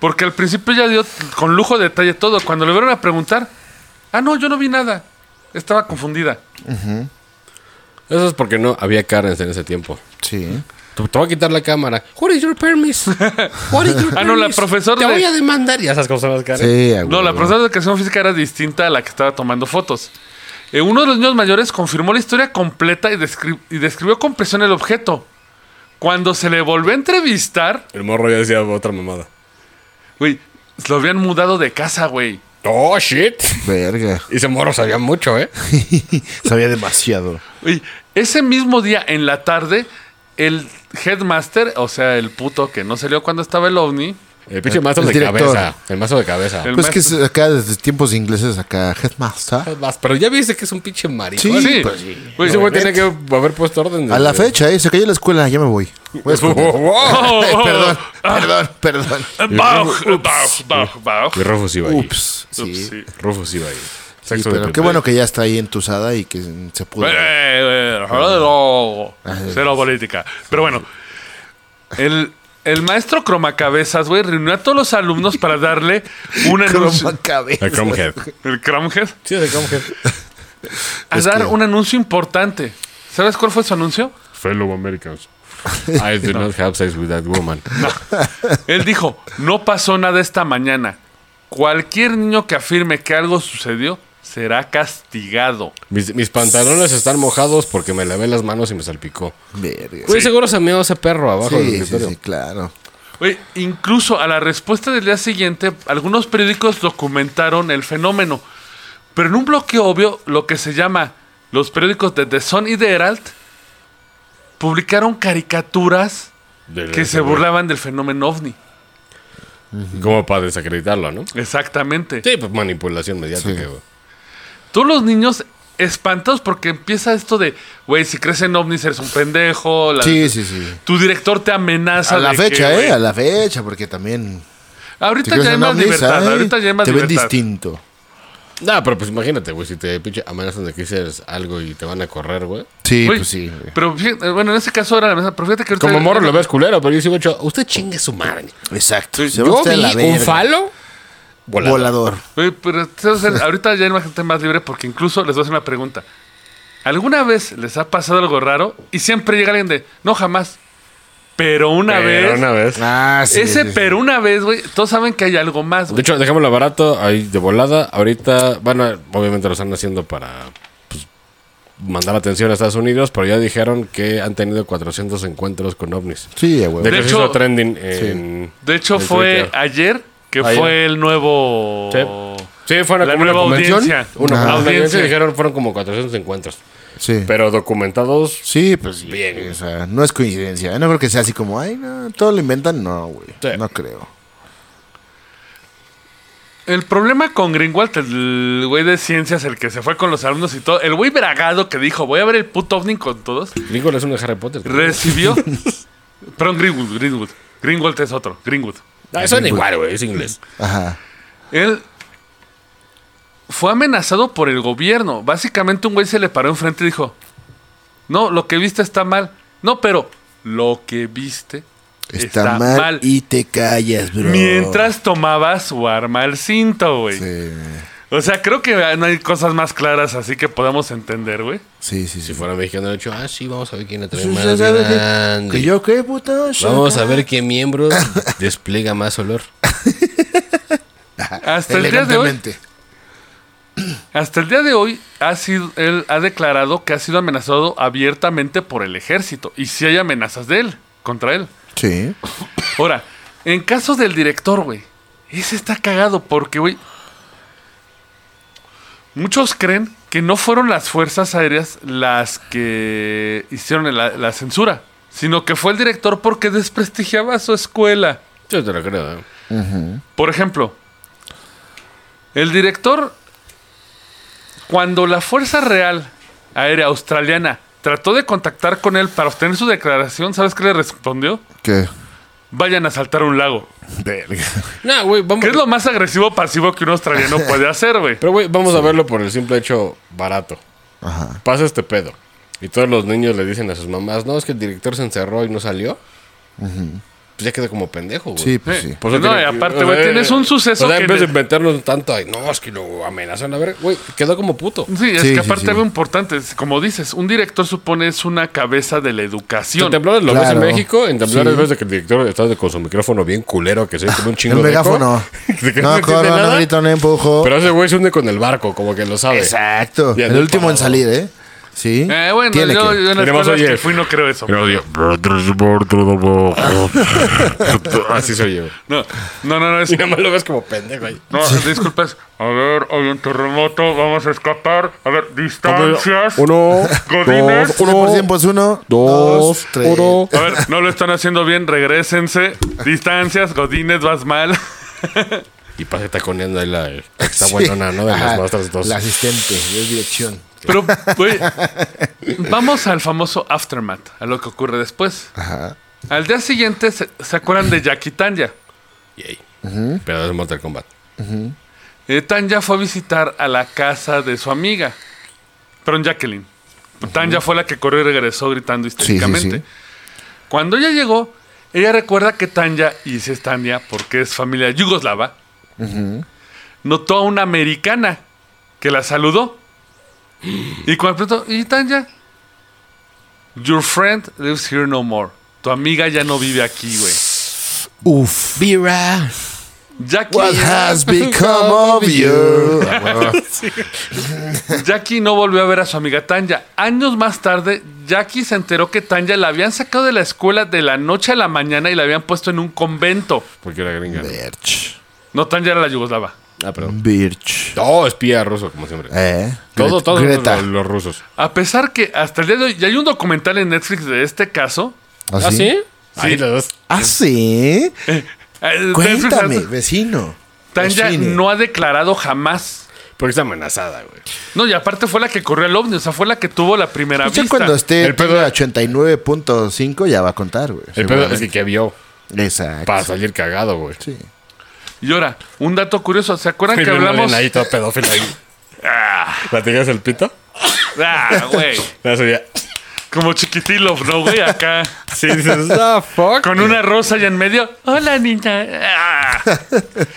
Porque al principio ya dio con lujo de detalle todo. Cuando le vieron a preguntar, ah, no, yo no vi nada. Estaba confundida. Eso es porque no había Karens en ese tiempo. Sí. Te, te voy a quitar la cámara. What is your permis? What is your Ah, no, la permis? profesora Te de- voy a demandar. Y esas cosas las Karen. Sí, a No, huevo. la profesora de educación física era distinta a la que estaba tomando fotos. Eh, uno de los niños mayores confirmó la historia completa y, descri- y describió con presión el objeto. Cuando se le volvió a entrevistar, El morro ya decía otra mamada. güey, lo habían mudado de casa, güey. Oh, shit. Verga. Y ese morro sabía mucho, ¿eh? Sabía demasiado. Güey, ese mismo día en la tarde, el headmaster, o sea, el puto que no salió cuando estaba el ovni, El pinche mazo el de director. cabeza. El mazo de cabeza. El Pues que es maestro- acá desde tiempos ingleses, acá, Headmaster. Vas, Pero ya viste que es un pinche marico. Sí, Sí. pues Güey, Ese güey tenía que haber puesto orden. A la fecha, pues, ¿eh? Se cayó la escuela, ya me voy. Voy a esconder. Oh, oh, oh. perdón, perdón, perdón. Bauch, Bauch, Bauch, Bauch. Y Rufus iba ahí. Ups. Sí. Ups, sí. Rufus iba ahí. Sí, Sexo de pero qué primaria. bueno que ya está ahí entusada y que se Pues, pudo. Cero eh, cero política. Pero bueno, el, el maestro Cromacabezas, güey, reunió a todos los alumnos para darle un anuncio. Croma cabeza. El Cromhead. ¿El Cromhead? Sí, el Cromhead. A Es dar que- un anuncio importante. ¿Sabes cuál fue su anuncio? Fellow Americans. I do not have sex with that woman. Él dijo: No pasó nada esta mañana. Cualquier niño que afirme que algo sucedió será castigado. Mis, mis pantalones están mojados porque me lavé las manos y me salpicó. Verga. Güey, seguro se meó ese perro abajo del Sí, sí, escritorio. sí, claro. Güey, incluso a la respuesta del día siguiente, algunos periódicos documentaron el fenómeno. Pero en un bloque obvio, lo que se llama los periódicos de The Sun y The Herald publicaron caricaturas Del- que se burlaban del fenómeno ovni. Como para desacreditarlo, ¿no? Exactamente. Sí, pues manipulación mediática, Sí. güey. Todos los niños espantados porque empieza esto de, güey, si crees en ovnis eres un pendejo. la- Sí, sí, sí. Tu director te amenaza. A la de que, fecha, güey, ¿eh? A la fecha, porque también... si Ahorita crees ya hay en más ovnis, libertad. ay, ahorita ya hay más Te ven libertad. distinto. Nah, pero pues imagínate, güey, si te pinche amenazan de que hicieras algo y te van a correr, güey. Sí, Güey, pues sí. güey. Pero fíjate, bueno, en ese caso era la mesa. Pero fíjate que ahorita. Como morro lo ves culero, pero yo sí, güey, yo, usted chingue su madre. Exacto. Se va Yo usted a vi la un verga. falo volado. Volador. Güey, pero ¿sabes? ahorita ya hay más gente más libre porque incluso les voy a hacer una pregunta. ¿Alguna vez les ha pasado algo raro? Y siempre llega alguien de, no, jamás. Pero una Pero vez. una vez. Ah, sí. Ese sí, sí. pero una vez, güey. Todos saben que hay algo más, De güey. hecho, dejémoslo barato ahí de volada. Ahorita, bueno, obviamente lo están haciendo para pues, mandar atención a Estados Unidos, pero ya dijeron que han tenido 400 encuentros con ovnis. Sí, güey. De, De hecho, se hecho- hizo trending en. De hecho, en fue Twitter. ayer que Ayer. fue el nuevo. Sí. Sí, fue una, La como una nueva convención. audiencia. Una Ajá. audiencia. Audiencia. Dijeron fueron como 400 encuentros. Sí. Pero documentados. Sí, pues sí, Bien. güey, O sea, no es coincidencia. No creo que sea así como, ay, no, todo lo inventan. No, güey. Sí. No creo. El problema con Greenwald, el güey de ciencias, el que se fue con los alumnos y todo, el güey bragado que dijo, voy a ver el puto ovni con todos, Nicolás es uno de Harry Potter. recibió. Perdón, Greenwood, Greenwood. Greenwald es otro, Greenwood. Ah, Pues, suena igual, güey. Es inglés. Ajá. Él fue amenazado por el gobierno. Básicamente un güey se le paró enfrente y dijo, no, lo que viste está mal. No, pero lo que viste Está, mal, y te callas, bro. Mientras tomaba su arma al cinto, güey. Sí, O sea, creo que no hay cosas más claras así que podamos entender, güey. sí, sí. sí. Si fuera mexicano, de hecho, ah, sí, vamos a ver quién la trae Sí, más sí, ¿sabes qué? grande. ¿Que yo qué, puta? Vamos Acá. a ver qué miembro despliega más olor. Hasta el día de hoy, Elegantemente. hasta el día de hoy ha sido, él ha declarado que ha sido amenazado abiertamente por el ejército. Y si hay amenazas de él, contra él. Sí. Ahora, en caso del director, güey, ese está cagado porque, güey, muchos creen que no fueron las fuerzas aéreas las que hicieron la, la censura, sino que fue el director porque desprestigiaba su escuela. Yo te lo creo, ¿eh? Por ejemplo, el director, cuando la Fuerza Real Aérea Australiana trató de contactar con él para obtener su declaración, ¿sabes qué le respondió? ¿Qué? Vayan a saltar un lago. Verga. No, güey, vamos. ¿Qué es lo más agresivo pasivo que un australiano puede hacer, güey? Pero, güey, vamos a verlo por el simple hecho barato. Ajá. Pasa este pedo. Y todos los niños le dicen a sus mamás, no, es que el director se encerró y no salió. Pues ya queda como pendejo, güey. Sí, pues sí. Por eso No, tiene- y aparte, o güey, sea, tienes un suceso O sea, en que vez de le- inventarnos tanto, ay, no, es que lo amenazan. A ver, güey, quedó como puto. Sí, es Sí, que sí, aparte sí. algo importante, es, como dices, un director supone es una cabeza de la En educación. temblores lo Claro. ves en México, en temblores Sí. ves de que el director está de- con su micrófono bien culero, que se oye como un chingo El de eco. megáfono. De que No entiende corro, no nada. grito, no empujo. Pero ese güey se hunde con el barco, como que lo sabe. Exacto. Y El anda último en parado. salir, ¿eh? Sí. Eh, bueno, yo, Tiene yo que. en las Tenemos, escuelas oye, que fui no creo eso. Pero digo, Así se oye. güey. No, no, no, no, es- Y nada más lo ves como pendejo ahí. no, disculpas. A ver, hay un terremoto, vamos a escapar. A ver, distancias. Uno, Godines. dos, Uno por cien, uno, pues uno, dos, tres. uno. A ver, no lo están haciendo bien, regrésense. Distancias, Godines, vas mal. Y pasa taconeando ahí la está buenona, ¿no? De las Ajá, maestras dos. La asistente, es dirección. Pero, güey, vamos al famoso aftermath, a lo que ocurre después. Ajá. Al día siguiente, ¿se, se acuerdan de Jackie Tanya? Yay. Pero es Mortal Kombat. Eh, Tanya fue a visitar a la casa de su amiga, perdón, Jacqueline. Tanya fue la que corrió y regresó gritando histéricamente. sí. Cuando ella llegó, ella recuerda que Tanya, y si es Tanya porque es familia yugoslava, notó a una americana que la saludó. Y cuando preguntó, ¿y Tanya? Your friend lives here no more. Tu amiga ya no vive aquí, güey. Uf. Vira. Jackie, What has become of you? Ah, Jackie no volvió a ver a su amiga Tanya. Años más tarde, Jackie se enteró que Tanya la habían sacado de la escuela de la noche a la mañana y la habían puesto en un convento. Porque era gringa. ¿no? Verch. No, Tanya era la yugoslava. Ah, perdón. Birch. Todo espía ruso, como siempre. Eh, todo, Gre- todo Greta. Los, los rusos. A pesar que hasta el día de hoy ya hay un documental en Netflix de este caso. ¿Ah, sí? Ahí los dos. ¿Ah, sí? Eh, Cuéntame, Netflix, vecino. Tanya Vecine. no ha declarado jamás. Porque está amenazada, güey. No, y aparte fue la que corrió el ovni, o sea, fue la que tuvo la primera Pues Ya vista. cuando esté El el pedo- 89.5 ya va a contar, güey. El pedo es que, que vio Exacto. para salir cagado, güey. Sí. Y ahora, un dato curioso, ¿se Y acuerdan que viene hablamos? alguien ahí todo pedófilo ahí. ¿La tiras el pito? Ah, güey. La subía. Como chiquitilov, ¿no, güey? Acá. Sí, dices, ah, fuck. Con una rosa allá en medio. Hola, niña. Ah.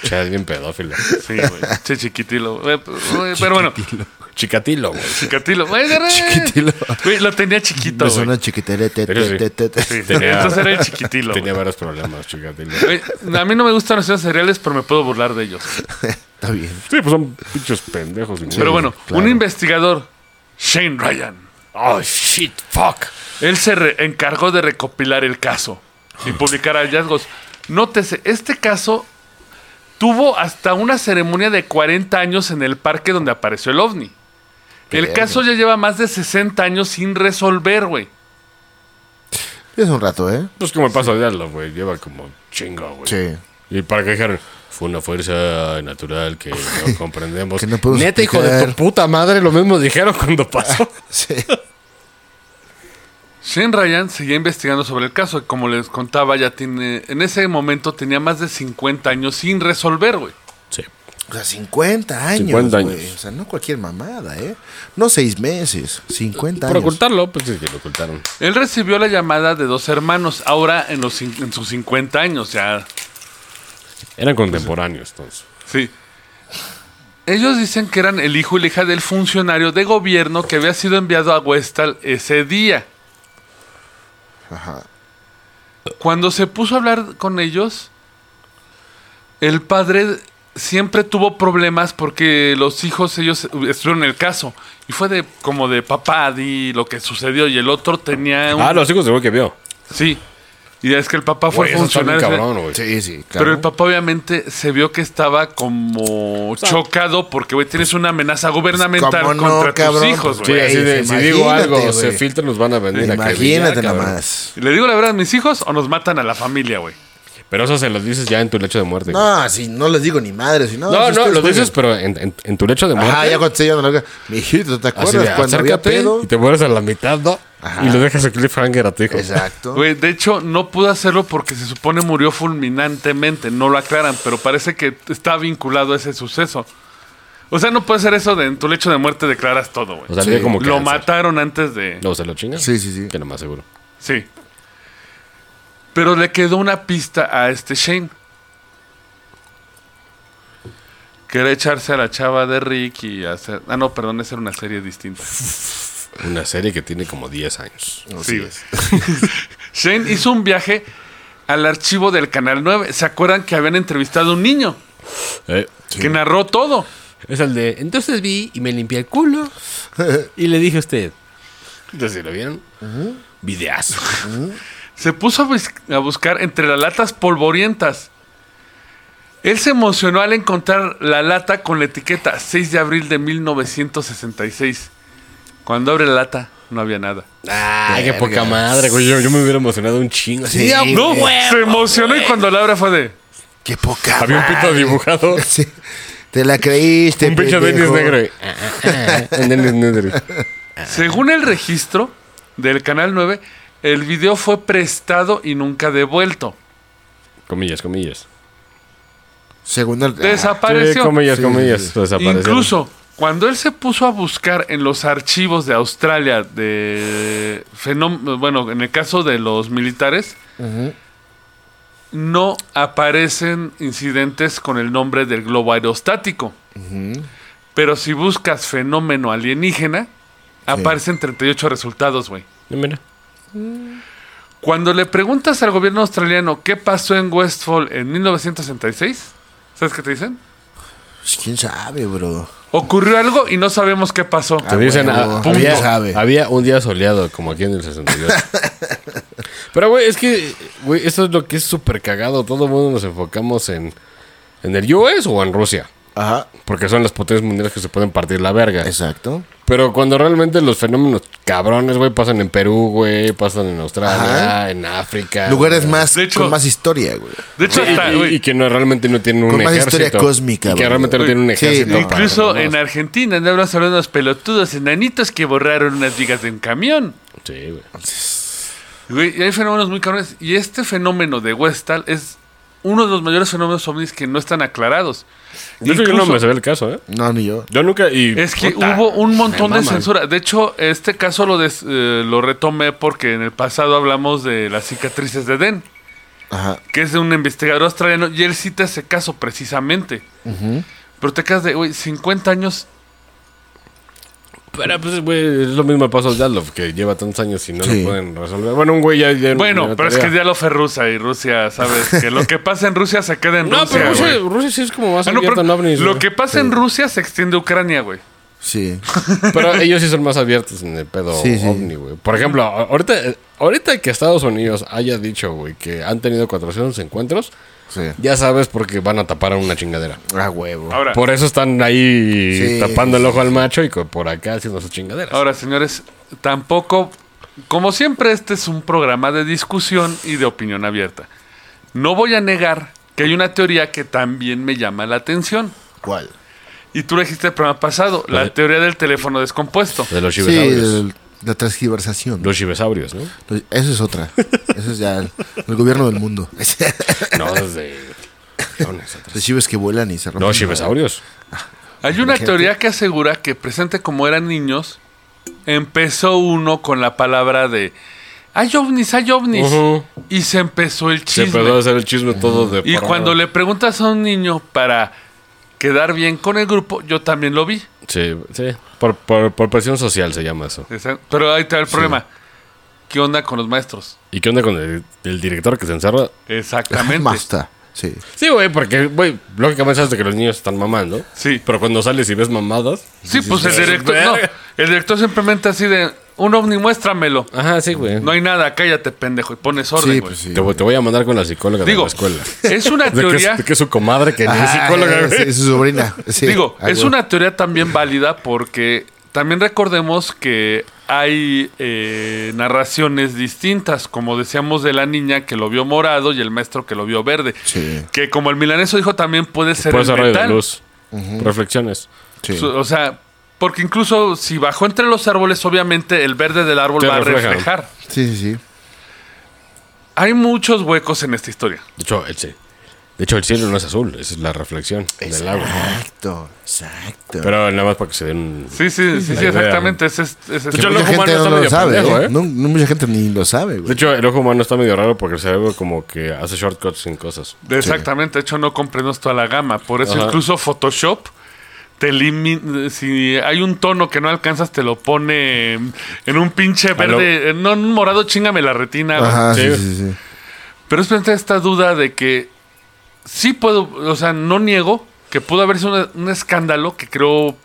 Che, es bien pedófilo. Sí, güey. Che, chiquitilo. Eh, güey, Pero bueno, Chicatilo, güey. chiquitilo. Güey, agarré. Chiquitilo. Güey, lo tenía chiquito, Me güey. suena chiquiterete. Pero sí. te, te, te. Sí, Tenía- Entonces era el chiquitilo. Tenía güey. varios problemas, chicatilo. Güey, Eh, a mí no me gustan los cereales, pero me puedo burlar de ellos. Está bien. Sí, pues son pinchos pendejos. güey. pero bueno, claro. un investigador, Shane Ryan, Oh, shit, fuck. Él se re- encargó de recopilar el caso y publicar hallazgos. Nótese, este caso tuvo hasta una ceremonia de 40 años en el parque donde apareció el ovni. El caso ya lleva más de 60 años sin resolver, güey. Es un rato, ¿eh? Pues como el paso de Arlo, güey. Lleva como chingo, güey. Sí. Y para que dijeron, fue una fuerza natural que no comprendemos. Que no podemos Neta, hijo de tu explicar. puta madre, lo mismo dijeron cuando pasó. Sí. Shane Ryan seguía investigando sobre el caso y como les contaba, ya tiene, en ese momento tenía más de 50 años sin resolver, güey. Sí. O sea, 50 años. 50 años. güey. O sea, no cualquier mamada, ¿eh? No seis meses. 50 Por años. ocultarlo, pues es que lo ocultaron. Él recibió la llamada de dos hermanos, ahora en, los, cin- en sus 50 años, ya Eran contemporáneos, entonces. Sí. Ellos dicen que eran el hijo y la hija del funcionario de gobierno que había sido enviado a Westal ese día. Ajá. Cuando se puso a hablar con ellos, el padre siempre tuvo problemas porque los hijos, ellos estuvieron en el caso. Y fue de como de papá, di lo que sucedió. Y el otro tenía un. Ah, los hijos seguro que vio. Sí. Y es que el papá fue ¿eh? Güey, eso está bien funcionario. cabrón, güey. Sí, sí, claro. Pero el papá obviamente se vio que estaba como chocado porque, güey, tienes una amenaza gubernamental ¿cómo no, contra tus cabrón? hijos, Sí, güey. así de, si Imagínate, digo algo, se güey. filtra, nos van a vender a Imagínate acribillar, nada cabrón. más. ¿Le digo la verdad a mis hijos o nos matan a la familia, güey? Pero eso se los dices ya en tu lecho de muerte. güey. No, si no les digo ni madre. Si no, No, no, si ustedes lo dices, jueguen. pero en, en- en tu lecho de muerte. Ajá, ya cuando estoy llegando a la boca, Mijito, ¿te Así de, acuerdas cuando había acércate pedo? y te mueres a la mitad, ¿no? Ajá. Y lo dejas a cliffhanger a tu hijo. Exacto. Güey, de hecho, no pudo hacerlo porque se supone murió fulminantemente. No lo aclaran, pero parece que está vinculado a ese suceso. O sea, no puede ser eso de en tu lecho de muerte declaras todo, güey. O sea, le dio como que lo cáncer. mataron antes de... No, se lo chingas. Sí, sí, sí. Que lo más seguro. Sí. Pero le quedó una pista a este Shane. Quería echarse a la chava de Rick y hacer. Ah, no, perdón, esa era una serie distinta. Una serie que tiene como 10 años. Pues Sí, Shane hizo un viaje al archivo del Canal 9. ¿Se acuerdan que habían entrevistado a un niño Eh, que narró todo? Es el de, entonces vi y me limpié el culo y le dije a usted, Entonces, ¿sí ¿lo vieron? Videazo. Se puso a, bus- a buscar entre las latas polvorientas. Él se emocionó al encontrar la lata con la etiqueta 6 de abril de 1966. Cuando abre la lata, no había nada. Ay, qué Vergas. poca madre, güey. Yo, yo me hubiera emocionado un chingo. así. Sí, ¡No! güey. Se emocionó y cuando la abre fue de... Qué poca. Había un pito dibujado. Sí. Te la creíste. un pinche Dennis pendejo. negro. güey. Ah, ah, ah, un Dennis negro. Ah. Según el registro del Canal 9, el video fue prestado y nunca devuelto. Comillas, comillas. Según el. Ah, Sí, Desapareció. comillas, Sí, comillas. sí, sí. Desaparecieron. Incluso cuando él se puso a buscar en los archivos de Australia de fenó- bueno, en el caso de los militares, no aparecen incidentes con el nombre del globo aerostático. Pero si buscas fenómeno alienígena, aparecen 38 resultados, güey. Y Mira. Cuando le preguntas al gobierno australiano qué pasó en Westfall en 1966, ¿sabes qué te dicen? Pues, ¿Quién sabe, bro? Ocurrió algo y no sabemos qué pasó. Te dicen, huevo, ah, punto. ya sabe. había un día soleado, como aquí en el 62. Pero, güey, es que, güey, eso es lo que es súper cagado. Todo el mundo nos enfocamos en, en el US o en Rusia. Ajá. Porque son las potencias mundiales que se pueden partir la verga. Exacto. Pero cuando realmente los fenómenos cabrones, güey, pasan en Perú, güey, pasan en Australia, en África. Lugares güey. más De hecho- con más historia, güey. De hecho, Sí, hasta, y- güey, y, que no, realmente no tienen un Con más ejército. historia cósmica, Y que güey. realmente no tienen un Sí, ejército. no, para Incluso nomás. en Argentina andamos hablando de unos pelotudos enanitos que borraron unas vigas de un camión. Sí, güey. Güey, y hay fenómenos muy cabrones. Y este fenómeno de Westal es uno de los mayores fenómenos ovnis que no están aclarados. De hecho, yo no Incluso- me sabía el caso, ¿eh? No, ni yo. Yo nunca. Y, Es que puta, hubo un montón me de maman. censura. De hecho, este caso lo, des- eh, lo retomé porque en el pasado hablamos de las cicatrices de Den, Ajá. que es de un investigador australiano, y él cita ese caso precisamente. Pero te quedas de, güey, 50 años. Pero pues, güey, es lo mismo el paso de Dadlov, que lleva tantos años y no Sí. lo pueden resolver. Bueno, un güey ya. ya Bueno, ya pero es que tarea. ya lo fue Rusia y Rusia, ¿sabes? Que lo que pasa en Rusia se queda en No, Rusia. pero Rusia, güey. Rusia sí es como más Ah, no, abierto pero en ovnis. lo güey. que pasa en Rusia se extiende a Ucrania, güey. Sí. Pero ellos sí son más abiertos en el pedo Sí, sí. ovni, güey. Por ejemplo, a- ahorita, ahorita que Estados Unidos haya dicho, güey, que han tenido 400 encuentros, Sí. ya sabes porque van a tapar a una chingadera. Ah, huevo. Ahora, Por eso están ahí Sí, tapando sí, el ojo al macho y co- por acá haciendo sus chingaderas. ahora, señores, tampoco, como siempre, este es un programa de discusión y de opinión abierta. No voy a negar que hay una teoría que también me llama la atención. ¿Cuál? Y tú lo dijiste el programa pasado, la Ajá. teoría del teléfono descompuesto. de los Sí, chivesaurios. el- la transgiversación. Los chivesaurios, ¿no? Eso es otra. Eso es ya el, el gobierno del mundo. No, desde... Los chives que vuelan y se rompen. Ah, Los chivesaurios. Hay una Imagínate. teoría que asegura que presente como eran niños, empezó uno con la palabra de hay ovnis, hay ovnis. Ujú. Y se empezó el Se chisme. empezó a hacer el chisme todo de... Y por- cuando le preguntas a un niño para quedar bien con el grupo, yo también lo vi. Sí, sí. Por, por, por presión social se llama eso. Esa- Pero ahí está el problema. ¿Qué onda con los maestros? ¿Y qué onda con el, el director que se encerra? Exactamente. Masta. Sí. Sí, güey, porque, güey, lógicamente sabes de que los niños están mamando. Sí. Pero cuando sales y ves mamadas... Sí, dices, pues el "Verga". director, no, el director simplemente así de un ovni, muéstramelo. Ajá, sí, güey. No hay nada, cállate, pendejo, y pones orden, Sí, güey. pues sí. Te, voy- te voy a mandar con la psicóloga Digo, de la escuela. es una De que, es- teoría, de que es su comadre que ni es Ah, psicóloga, sí, güey. es su sobrina. Sí. digo, Ah, es huevo. una teoría también válida porque también recordemos que hay eh, narraciones distintas, como decíamos de la niña que lo vio morado y el maestro que lo vio verde. Sí. Que como el milaneso dijo, también puede ser Por eso el rayo de metal. luz. Reflexiones. Sí. Su- O sea, porque incluso si bajó entre los árboles, obviamente el verde del árbol Te va refleja. a reflejar. sí, sí, sí. Hay muchos huecos en esta historia. De hecho, el, ci- de hecho, el cielo no es azul. Esa es la reflexión del agua. Exacto, exacto. Pero nada más para que se den... un- Sí, sí, sí, sí, idea. exactamente. ese es- ese es- mucha Yo lo- ojo gente humano está no lo medio sabe, pendejo, ¿eh? ¿eh? No, no mucha gente ni lo sabe, De güey. hecho, el ojo humano está medio raro porque el cerebro como que hace shortcuts sin cosas. de- Exactamente, de hecho no comprendemos toda la gama. Por eso Ajá. incluso Photoshop te elimina, si hay un tono que no alcanzas, te lo pone en un pinche Aló. verde, en un morado, chingame la retina. güey. Ajá, sí, Sí. sí, sí. Pero es frente a esta duda de que sí puedo, o sea, no niego que pudo haber sido una- un escándalo que creó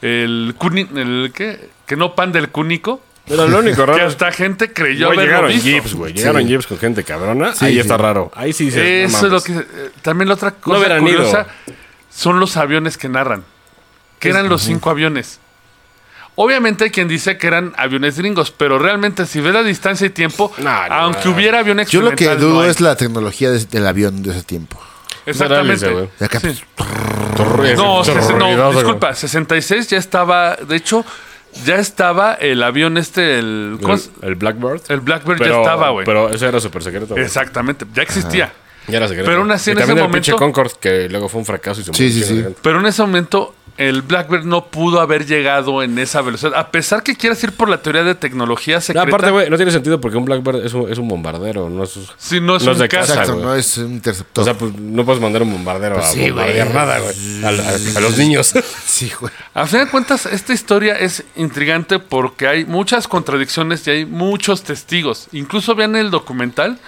el, Cuni- el ¿qué? que no pan del cúnico, Pero lo único que raro es hasta gente creyó Güey, haberlo llegaron visto. jeeps, güey. Llegaron jeeps con gente cabrona. Sí, ahí sí. está raro. Ahí sí se Eso es lo que eh, también la otra cosa hubieran ido. curiosa son los aviones que narran, que eran los cinco aviones. Obviamente hay quien dice que eran aviones gringos, pero realmente si ves la distancia y tiempo, No, no, aunque no. hubiera avión Yo lo experimental, que no dudo hay. es la tecnología de- del avión de ese tiempo. pues, exactamente. güey. De acá, No, sesen- no, disculpa, 66 ya estaba, de hecho, ya estaba el avión este, el, ¿cómo El, es? el Blackbird. el Blackbird Pero- ya estaba, güey. Pero ese era súper secreto. güey. Exactamente, ya existía. Ya era secreto. Pero aún así, Y en ese también el pinche momento- Concorde que luego fue un fracaso y se Sí, murió sí, un sí. chingo de gente. Pero en ese momento el Blackbird no pudo haber llegado en esa velocidad. A pesar que quieras ir por la teoría de tecnología No, secreta, aparte, güey, no tiene sentido porque un Blackbird es un, es un bombardero. No es, Sí, no es un de caza, caza, Exacto, güey. no es un interceptor. O sea, pues no puedes mandar un bombardero a Pues sí, bombardear güey. nada, güey. A, a- a los niños. sí, güey. a final de cuentas, esta historia es intrigante porque hay muchas contradicciones y hay muchos testigos. Incluso vean el documental,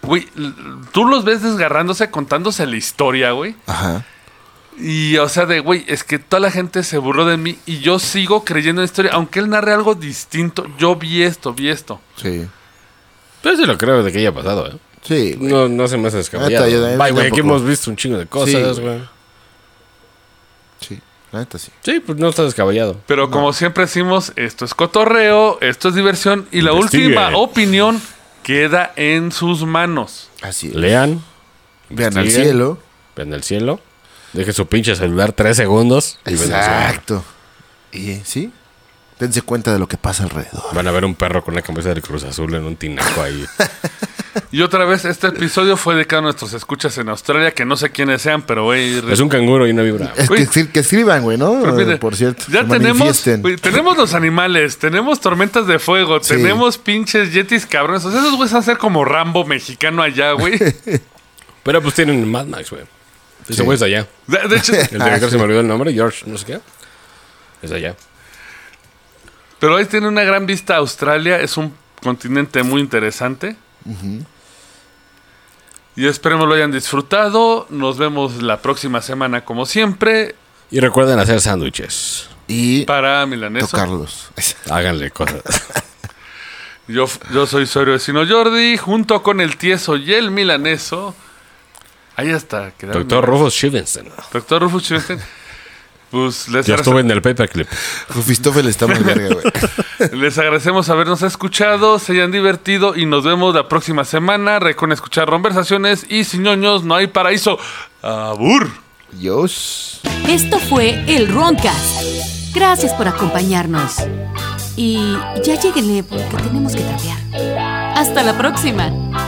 güey, l- tú los ves desgarrándose, contándose la historia, güey. Ajá. Y, o sea, de, güey, es que toda la gente se burló de mí y yo sigo creyendo en la historia. Aunque él narre algo distinto, yo vi esto, vi esto. Sí. Pero sí lo creo de que haya pasado, ¿eh? Sí, güey. No, no se me hace Neta, yo descabellado. también Bye, güey, aquí tampoco. hemos visto un chingo de Sí, cosas, güey. güey. La neta sí. Sí, pues no está descabellado. Pero como siempre decimos, esto es cotorreo, esto es diversión y la Investigue. última opinión queda en sus manos. Así es. Lean, Vean al Investiguen. cielo. vean el cielo, dejen su pinche celular tres segundos y ven el cielo. Exacto. Y sí, dense cuenta de lo que pasa alrededor. Van a ver un perro con la camisa del Cruz Azul en un tinaco ahí. Y otra vez, este episodio fue dedicado a nuestros escuchas en Australia, que no sé quiénes sean, pero güey, es un canguro y una vibra. Es Güey. que, escri- que escriban, güey, ¿no? Pero mire, Por cierto. Ya que tenemos, manifiesten. güey, tenemos los animales, tenemos tormentas de fuego, Sí. tenemos pinches yetis cabrones. O sea, esos güeyes van a ser como Rambo mexicano allá, güey. De, Pero pues tienen Mad Max, güey. Ese güey es de allá. de hecho, El Ah, director se me olvidó el nombre, George, no sé qué. Es de allá. pero ahí tiene una gran vista a Australia, es un continente muy interesante. Y esperemos lo hayan disfrutado. Nos vemos la próxima semana, como siempre, Y recuerden hacer sándwiches. Y para Milaneso. tocarlos. Háganle cosas. Yo, yo soy Sorio Vecino Jordi, junto con el Tieso y el Milaneso. Ahí está. quedaron- Doctor Rufus Stevenson. Doctor Rufus Chivenstein, pues les, Yo agrade- estuve en el paperclip. Mephistófeles está muy verga, güey. les agradecemos habernos escuchado, se hayan divertido y nos vemos la próxima semana. Recuerden escuchar conversaciones y sin ñoños no hay paraíso. ¡Abur! Dios. Esto fue el Roncast. Gracias por acompañarnos. Y ya lleguenle porque tenemos que cambiar. Hasta la próxima.